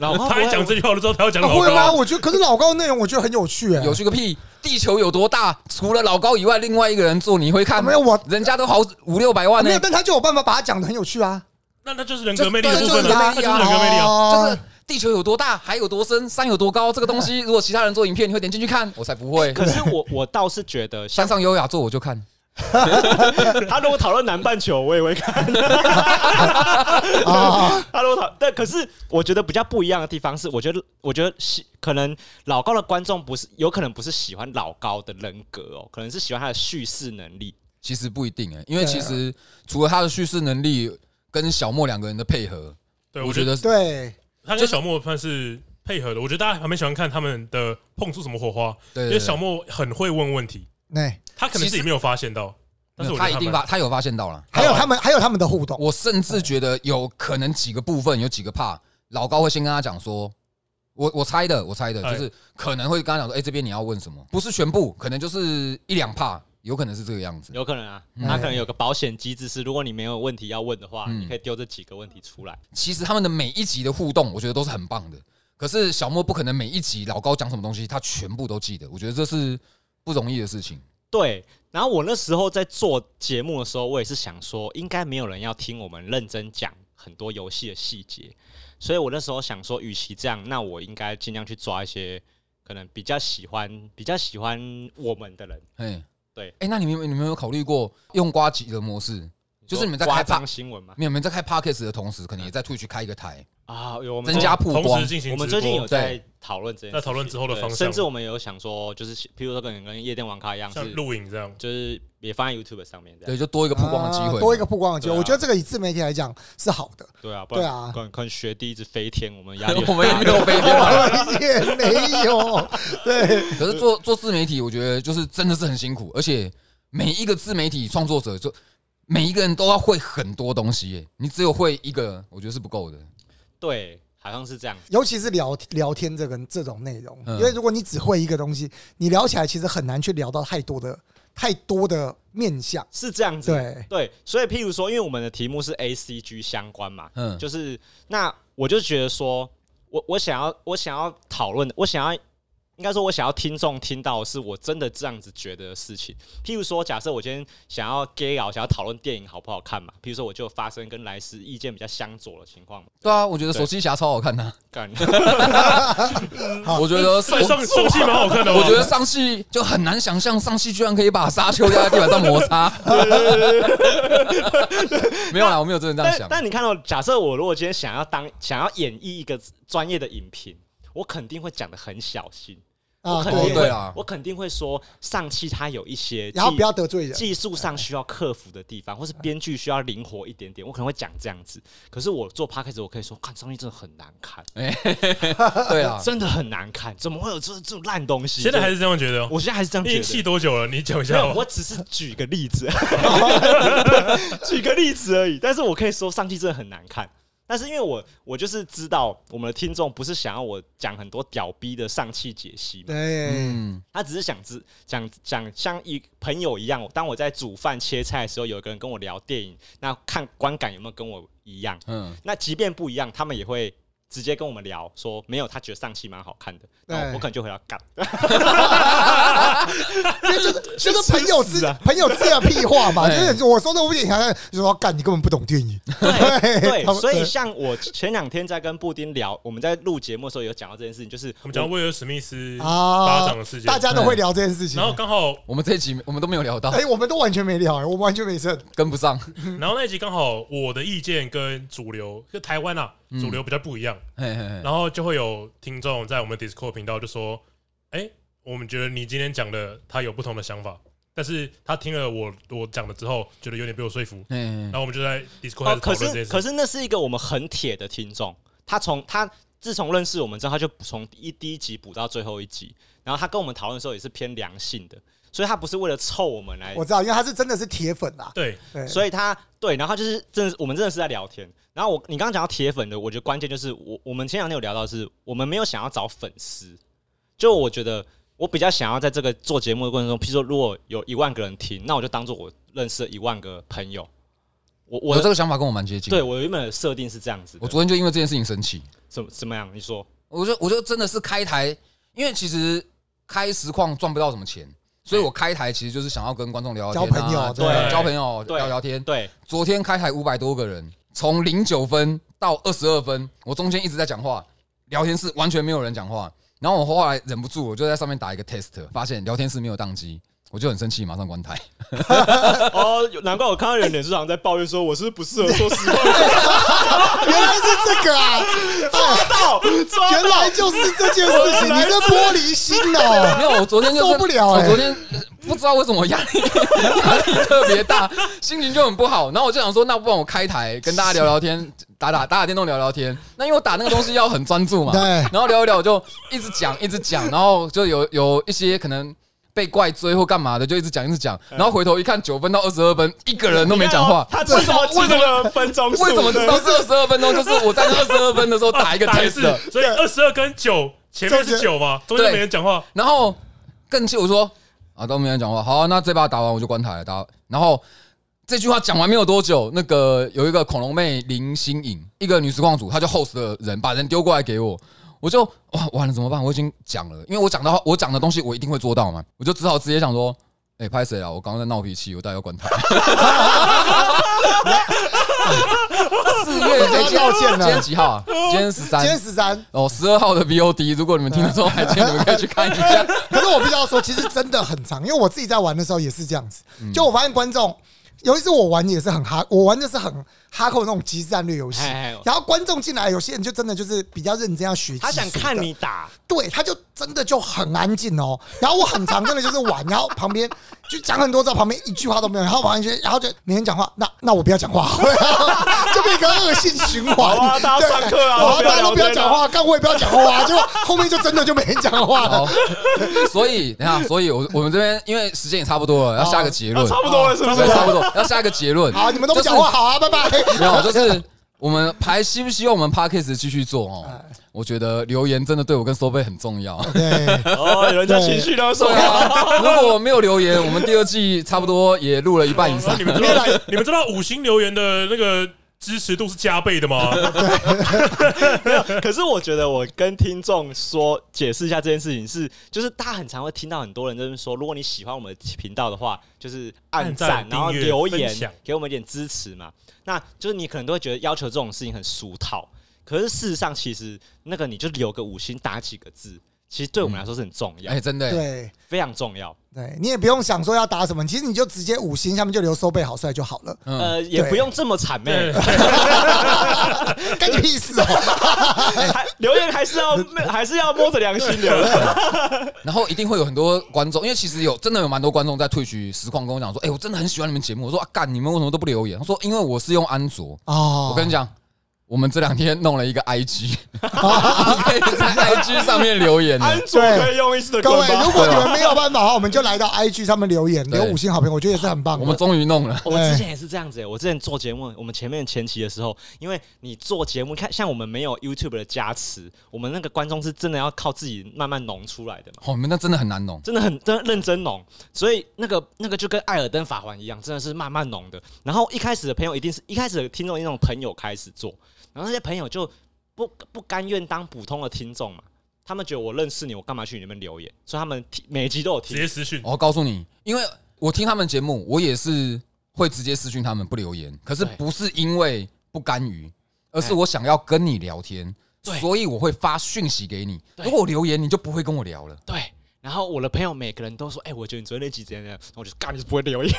C: 然后
D: 他一讲这句话的时候，他要讲
B: 啊
D: 老
B: 会吗？
D: 高啊，
B: 我觉得，可是老高的内容我觉得很有趣，哎
A: 有，趣个屁！地球有多大？除了老高以外，另外一个人做你会看？
B: 啊没有我啊
A: 人家都好五六百万呢
B: 没有，，但他就有办法把它讲的很有趣啊，
D: 那那就是人格魅力
A: 这
D: 的部
A: 这
D: 分
A: 就是
D: 啊，
A: 他
D: 那就是人格魅力啊。
A: 就
B: 哦
A: 是。地球有多大，海有多深，山有多高，这个东西如果其他人做影片，你会点进去看？我才不
B: 哎
A: 会。
C: 可是我我倒是 [LAUGHS] 觉得，
A: 山
C: 像
A: 上优雅做我就看，
C: 他如果讨论南半球，我也会看。
B: 啊，
C: 哈喽，讨，但可是我觉得比较不一样的地方是，我觉得我觉得喜可能老高的观众不是有可能不是喜欢老高的人格哦，可能是喜欢他的叙事能力。
A: 其实不一定哎、因为
B: 对啊
A: 其实除了他的叙事能力跟小莫两个人的配合，
D: 对，
A: 我
D: 我
A: 觉
D: 觉得
A: 得
B: 对，
D: 他跟小莫算是配合的。我觉得大家还蛮喜欢看他们的碰出什么火花，
A: 对
D: 因
A: 对对
D: 为小莫很会问问题，
B: 那
D: 他可能自己没有发现到，但是我觉
A: 他一
D: 得
A: 定
D: 蛮
A: 发，他有啊发现到了。
B: 还有他们，还有他们的互动，
A: 我甚至觉得有可能几个部分有几个怕老高会先跟他讲说，我我猜的，我猜的
D: 哎
A: 就是可能会跟他讲说，哎、这边你要问什么？不是全部，可能就是一两怕，有可能是这个样子。
C: 有可能啊，
B: 嗯
C: 他可能有个保险机制是，如果你没有问题要问的话，
A: 嗯
C: 你可以丢这几个问题出来。
A: 其实他们的每一集的互动，我觉得都是很棒的。可是小莫不可能每一集老高讲什么东西，他全部都记得，我觉得这是不容易的事情。
C: 对，然后我那时候在做节目的时候，我也是想说，应该没有人要听我们认真讲很多游戏的细节，所以我那时候想说，与其这样，那我应该尽量去抓一些可能比较喜欢、比较喜欢我们的人。
A: 哎，
C: 对
A: 哎、那你们有你们有没有考虑过用瓜集的模式？就是你们在
C: 夸
A: 开
C: 张
A: 趴，
C: 新闻嘛？
A: 没有你们在开 podcast 的同时，可能也在 Twitch 开一个台，
C: 啊，有我们
A: 增加曝
D: 同
A: 光
D: 时。进行直播。
C: 我们最近有
A: 对
C: 在讨论这件事情，
D: 在讨论之后的
C: 对
D: 方向
C: 甚至我们有想说，就是譬如说，可能跟夜店网咖一样，
D: 像
C: 是
D: 录影这样，
C: 就是也放在 YouTube 上面这
A: 对，
C: 样。
A: 就多一个曝光的机会、
B: 啊多一个。曝光的机会。
C: 对啊
B: 我觉得这个以自媒体来讲是好的，
C: 对啊，不
B: 对
C: 然
B: 啊
C: 可能可能学弟一直飞天，我
A: [LAUGHS]
C: 们压力
A: 我们也没有被骗啊。
B: 我 [LAUGHS] 也没有，对，
A: 可是做做自媒体，我觉得就是真的是很辛苦，而且每一个自媒体创作者就。每一个人都要会很多东西耶，你只有会一个，我觉得是不够的。
C: 对，好像是这样。
B: 尤其是聊聊天这个这种内容，
A: 嗯
B: 因为如果你只会一个东西，你聊起来其实很难去聊到太多的太多的面向。
C: 是这样子。
B: 对，
C: 所以譬如说，因为我们的题目是 A C G 相关嘛，
A: 嗯，
C: 就是那我就觉得说，我我想要我想要讨论，我想要应该说，我想要听众听到的是我真的这样子觉得的事情。譬如说，假设我今天想要 gay 佬，想要讨论电影好不好看嘛，譬如说我就发生跟莱斯意见比较相左的情况嘛，
A: 对啊，我觉得
C: 对
A: 手机侠超好看的、
C: 干
A: 我觉得
D: 上上上戏蛮好看的哦，
A: 我觉得上戏就很难想象，上戏居然可以把沙丘压在地板上摩擦。没有啦，我没有真的这样
C: 但
A: 想。
C: 但你看到，哦假设我如果今天想要当想要演绎一个专业的影评，我肯定会讲的很小心。我
B: 啊，
C: 肯
A: 哦
C: 定
A: 对
C: 会，
A: 啊
C: 我肯定会说上期它有一些技，
B: 然后不要得罪人。
C: 技术上需要克服的地方，或是编剧需要灵活一点点，我可能会讲这样子。可是我做 p a c k a g e 我可以说，看上期真的很难看，
A: 对啊啦，
C: 真的很难看，怎么会有这这种烂东西？
D: 现在还是这样觉得哦。
C: 我现在还是这样
D: 你
C: 觉
D: 已经
C: 得
D: 气。多久了？你讲一
C: 没
D: 下
C: 有，
D: 吧。
C: 我只是举个
B: [LAUGHS]
C: 例子，举个例子而已。但是我可以说，上期真的很难看。但是因为我我就是知道我们的听众不是想要我讲很多屌逼的上气解析嘛，
B: 对，
A: 嗯，
C: 他只是想知讲讲像一朋友一样，当我在煮饭切菜的时候，有一个人跟我聊电影，那看观感有没有跟我一样？
A: 嗯，
C: 那即便不一样，他们也会直接跟我们聊说没有，他觉得上期蛮好看的，那我
B: 对
C: 我可能就回答干，
B: 因为这个这个朋友
C: 是
B: 之
C: 啊
B: 朋友之间的屁话嘛，
A: 哎
B: 就是我说的不行，他就说干你根本不懂电影。
C: 对
B: 对 [LAUGHS] 他
C: 对，
B: 们呃
C: 所以像我前两天在跟布丁聊，我们在录节目的时候有讲到这件事情，就是
D: 我们讲威尔史密斯
B: 啊
D: 巴掌的事件，
B: 大家都会聊这件事情
D: 然。后刚好，
A: 我们这一集我们都没有聊到，
B: 哎，我们都完全没聊，哎我们完全没事。
A: 跟不上。
D: 然后那一集刚好我的意见跟主流，就台湾啊，主流比较不一样，
A: 嘿嘿嘿
D: 然后就会有听众在我们 Discord 频道就说：“哎，我们觉得你今天讲的他有不同的想法，但是他听了我我讲了之后，觉得有点被我说服。”
A: 嘿
D: 然
A: 嘿，
D: 后我们就在 Discord 开
C: 哦，可
D: 始讨论这件
C: 是
D: 事
C: 可。是那是一个我们很铁的听众，他从他自从认识我们之后，他就从一第一集补到最后一集，然后他跟我们讨论的时候也是偏良性的，所以他不是为了凑我们来
B: 我，知道，因为他是真的是铁粉啊。
D: 对，
B: 对，
C: 哎所以他对，然后就是真的是，我们真的是在聊天。然后我你刚刚讲到铁粉的，我觉得关键就是我我们前两天有聊到是，我们没有想要找粉丝，就我觉得我比较想要在这个做节目的过程中，譬如说如果有一万个人听，那我就当做我认识了一万个朋友。我我
A: 我
C: 的
A: 这个想法跟我蛮接近。
C: 对，我原本的设定是这样子的，
A: 我昨天就因为这件事情生气，
C: 怎么怎么样？你说
A: 我就我就真的是开台，因为其实开实况赚不到什么钱，所以我开台其实就是想要跟观众聊聊
B: 交
A: 天、啊、
B: 朋友
A: 对
B: 对
A: 交朋友
C: 对
A: 聊聊天。 [LAUGHS]
C: 对
A: 昨天开台五百多个人，从零九分到二十二分，我中间一直在讲话，聊天室完全没有人讲话。然后我后来忍不住，我就在上面打一个 test，发现聊天室没有宕机，我就很生气，马上关台。
C: 哦，有难怪我看到有人脸书上在抱怨说我是不是不适合说实话，
A: [LAUGHS]
B: 啊原来是这个
C: [LAUGHS]
B: 啊！哎
C: 到
B: [LAUGHS]
C: 抓
B: 原
C: 到 [LAUGHS]
B: 来就是这件事情，你这玻璃心哦！
A: 没有，我昨天就是
B: 受不了欸
A: 我昨天不知道为什么压力压力特别大，心情就很不好。然后我就想说，那不然我开台跟大家聊聊天，打打打打电动聊聊天。那因为我打那个东西要很专注嘛，
B: [LAUGHS] 对
A: 然后聊一聊，我就一直讲一直讲，然后就有有一些可能。被怪追或干嘛的，就一直讲一直讲，
D: 嗯
A: 然后回头一看，九分到二十二分，一个人都没讲话。
D: 哦
C: 他为什么为什么分钟
A: [LAUGHS]
C: 数
A: 为什么知道是二十二分钟？就是我在那二十二分的时候打一个
D: 打一
A: test，
D: 次
A: 的，
D: 所以二十二跟九前面是九嘛，中间没人讲话，
A: 然后更气我说啊都没人讲话，好，那这把打完我就关台了，打。然后这句话讲完没有多久，那个有一个恐龙妹林心颖，一个女实况主，她就 host 的人把人丢过来给我。我就哇完了怎么办？我已经讲了，因为我讲到我讲的东西我一定会做到嘛，我就只好直接想说，哎、拍谁啊？我刚刚在闹脾气，我大概要关台。四月
B: 你要道歉了
A: 今天几号啊？今天十三，
B: 今天十三，
A: 哦，十二号的 VOD，如果你们听得出来，今天你们可以去看一下。
B: 可是我必须要说，其实真的很长，因为我自己在玩的时候也是这样子。
C: 嗯
B: 就我发现观众，尤其是我玩也是很哈，我玩的是很哈扣那种即时战略游戏
C: 哎哎。
B: 然后观众进来，有些人就真的就是比较认真要学技术的，
C: 他想看你打，
B: 对，他就真的就很安静哦。然后我很常真的就是玩，然后旁边就讲很多，在旁边一句话都没有，然后玩一圈，然后就没人讲话，那那我不要
A: [LAUGHS]
B: 讲话， [LAUGHS] 啊就变一个恶性循环。
C: 好啊大家
B: 对
C: 上课啊
B: 好
C: 不要
B: 大家都
C: 聊
B: 不要
C: 天
B: 讲
C: 啊
B: 话，干我也不要讲话，结果后面就真的就没人讲
A: [LAUGHS]
B: 话了
A: 好。，所以等一下，所以我我们这边因为时间也差不多了，要下个结论，
C: 哦差不多了是不
A: 对，哦
C: 是？
A: 差不多要下一个结论。
B: 好，你们都不讲话，好啊，拜拜。
A: 就是，没有，就是我们还希不希望我们 podcast 继续做哦？我觉得留言真的对我跟收贝很重要。
B: 对，
C: 哦，人家情绪勒索
A: 对。啊，如果没有留言，我们第二季差不多也录了一半以
D: 然后
A: 上
D: 你。们知道 [LAUGHS] 你们知道五星留言的那个支持度是加倍
A: [LAUGHS]
D: 的吗？
A: 哦
C: 可是我觉得我跟听众说解释一下这件事情是，就是大家很常会听到很多人就是说，如果你喜欢我们的频道的话，就是按赞
D: 按，赞
C: 然后
D: 订阅
C: 留
D: 分
C: 言
D: 享，
C: 给我们一点支持嘛。那就是你可能都会觉得要求这种事情很俗套，可是事实上其实那个你就留个五星打几个字，其实对我们来说是很重要，
A: 哎，真的欸，
B: 对。
C: 非常重要。
B: 对你也不用想说要打什么，其实你就直接五星，下面就留收贝好帅就好了，
A: 嗯，
C: 呃，也
B: 对
C: 不用这么谄媚
D: 对，
B: 干你屁事哦！
C: 还留言还是要还是要摸着良心留。
A: 然后一定会有很多观众，因为其实有真的有蛮多观众在退去实况跟我讲说，哎，我真的很喜欢你们节目。我说啊，干，你们为什么都不留言？他说，因为我是用安卓，
B: 哦，
A: [LAUGHS] 我跟你讲，我们这两天弄了一个 IG，你可以在 IG 上面留言
C: 安
A: 的。
C: 卓可以用一 [LAUGHS] 次的
B: 各
C: 滚
B: 位，
C: 吧
B: 如果你们没有办法的话，我们就来到 IG 上面留言，留五星好评，我觉得也是很棒的。
A: 我
B: [LAUGHS]
A: 们终于弄了，
C: 我们之前也是这样子、欸，我之前做节目，我们前面前期的时候，因为你做节目，看像我们没有 YouTube 的加持，我们那个观众是真的要靠自己慢慢弄出来的嘛，
A: 哦，你们那真的很难弄。
C: 真的很真的认真弄，所以那个那个就跟《艾尔登法环》一样，真的是慢慢弄的。然后一开始的朋友一定是一开始的听众，那种朋友开始做，然后那些朋友就不不甘愿当普通的听众嘛，他们觉得我认识你，我干嘛去你那边留言？所以他们听每一集都有
D: 直
C: 听
D: 接，私讯，
A: 我告诉你，因为我听他们节目，我也是会直接私讯他们不留言，可是
C: 对
A: 不是因为不甘于，而是我想要跟你聊天，
C: 对
A: 所以我会发讯息给你。
C: 对
A: 如果我留言，你就不会跟我聊了。 [LAUGHS]
C: 对。然后我的朋友每个人都说：“哎、我觉得你昨天那集怎样怎样。”然后我就干，你是不会留 [LAUGHS] 言，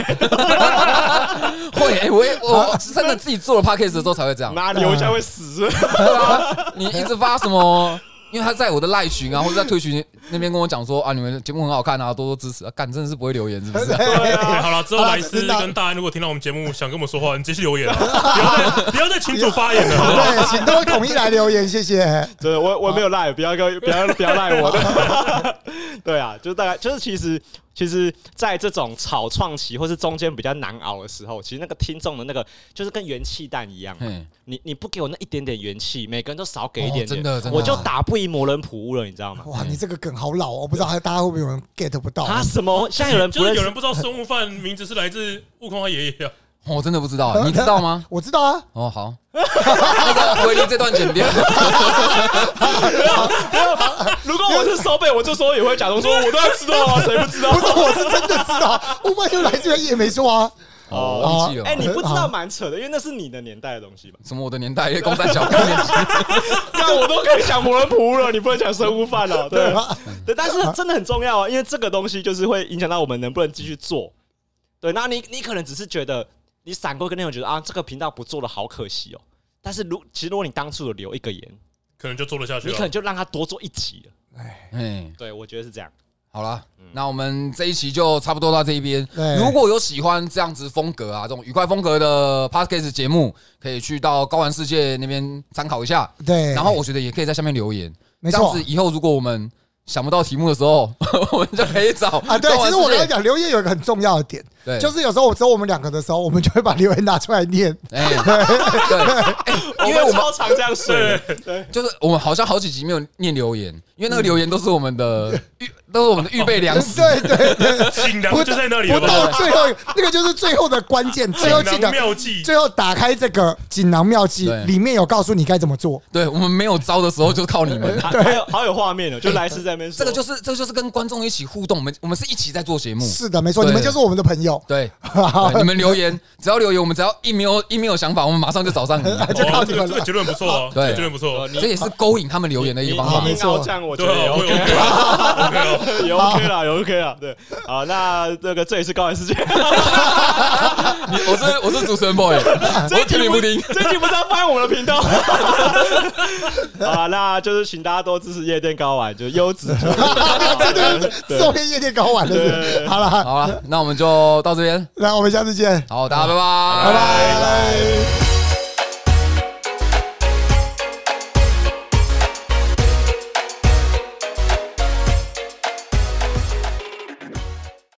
A: 会，哎我也我真的自己做了 podcast 之后才会这样。
C: 妈留一下会死。
A: 对啊，你一直发什么？因为他在我的赖群啊，或者在推群那边跟我讲说啊，你们节目很好看啊，多多支持啊。干，真的是不会留言是不 [LAUGHS]
B: [LAUGHS]
A: 是、
D: 对，啊好了，之后
A: 啊
B: 好啦
D: 莱斯
B: 真的
D: 跟大安如果听到我们节目想跟我们说话，你继续留言
A: [LAUGHS]
D: 啊，不要再不要再群主发言了，好不好？
B: 对，请各位统一来留言，谢谢。
C: [LAUGHS] 真 [LAUGHS] 的，我我没有赖，不要跟不要不要赖我的。对啊，就大概就是其实其实在这种草创期或是中间比较难熬的时候，其实那个听众的那个就是跟元气弹一样，
A: 嘿，
C: 你你不给我那一点点元气，每个人都少给一点点，
A: 哦真的真的
C: 我就打不赢摩人普乌了，你知道吗？
B: 哇，你这个梗好老哦，我不知道大家会不会有人 get 不到。
C: 啊，什么？现在有人
D: 就
C: 不 [LAUGHS]
D: 是
C: 认
D: 有
C: 识
D: 人不知道孙悟饭名字是来自悟空他爷爷啊，
A: 我真的不知道，你知道
B: [LAUGHS]
A: 吗？
B: 呃我知道啊，
A: 哦，好，那个回力这段剪掉。
C: [LAUGHS] 如果我是烧贝，我这时候也会假装说我都要知道啊，谁不知道 [LAUGHS]
B: 不？是，我是真的知道啊。悟饭就来自于也没说啊，
A: 哦，忘记了。
C: 哎，你不知道蛮扯的，因为那是你的年代的东西吧？
A: 什么我的年代，因为公三小更年轻。
C: 那我都可以讲摩人普乌了，你不能讲生物饭了，对
B: 啊
C: 对，但是真的很重要啊，因为这个东西就是会影响到我们能不能继续做。对，那你你可能只是觉得你闪过一个内容，觉得啊这个频道不做了好可惜哦。但是如其实如果你当初有留一个言，
D: 可能就做得下去
C: 你可能
D: 了。
C: 就让他多做一集了。
A: 哎，
C: 对，我觉得是这样。
A: 好啦，那我们这一期就差不多到这一边
B: 对。
A: 如果有喜欢这样子风格啊，这种愉快风格的 podcast 节目，可以去到高玩世界那边参考一下。
B: 对。
A: 然后我觉得也可以在下面留言，
B: 没
A: 这样
B: 错
A: 子以后如果我们想不到题目的时候， [LAUGHS] 我们就可以找
B: 啊，对
A: 高，玩
B: 其
A: 世界
B: 实我刚才，讲留言有一个很重要的点，
A: 对，
B: 就是有时候我只有我们两个的时候，我们就会把留言拿出来念。 [LAUGHS]
A: 哎，对， [LAUGHS] 哎因为我们
C: 超常这样说的，对，
A: 就是我们好像好几集没有念留言，因为那个留言都是我们
B: [LAUGHS]
A: 的预，都是我们的预备粮食。
B: 对对，
D: 锦囊
B: 不
D: 就在那里
B: 不
D: 了吧，
B: 到最后那个就是最后的关键，最后记
D: 锦
B: 得
D: 囊妙计。
B: 最后打开这个锦囊妙计，
A: 对
B: 里面有告诉你该怎么做。
A: 对我们没有招的时候，就靠你
B: [LAUGHS]
A: 们。
C: 还还有好有画面哦，就来世在那边说，
A: 这个就是这个就是跟观众一起互动，我们我们是一起在做节目。
B: 是的，没错，
A: 嗯对
B: 你们就是我们的朋友。
A: 对，对你们留言，只要留言，我们只要一没有一没有想法，我们马上就找
B: [LAUGHS]
A: 上你。
B: 就靠
D: 哦，
B: 你们
D: 这个
B: 了
D: 这个结论不错哦，这
A: 对
D: 个结论不错。
A: 这也是勾引他们留言的一个方
B: 你
A: 法
B: 你。
C: 硬要这样，我觉
D: 对
C: 得也
D: 啊，我
C: OK
D: 也 OK 啊，OK 啊。
C: 也 OK 啦，也 OK 啦，对，好，那这个这里是高玩世界，
A: 你我是我是主持人
B: [LAUGHS]
A: boy，我听你不听。
C: 这期不是要翻我们的频 [LAUGHS] 道啊？那就是请大家多支持夜店高玩，就是优
B: [LAUGHS]
C: 质节目，
B: 真的 [LAUGHS] 是
C: 对
B: 送给夜店搞晚了。好了，
A: 好了，那我们就到这边。
B: 那我们下次见，
A: 好，大家拜拜。
B: 拜拜。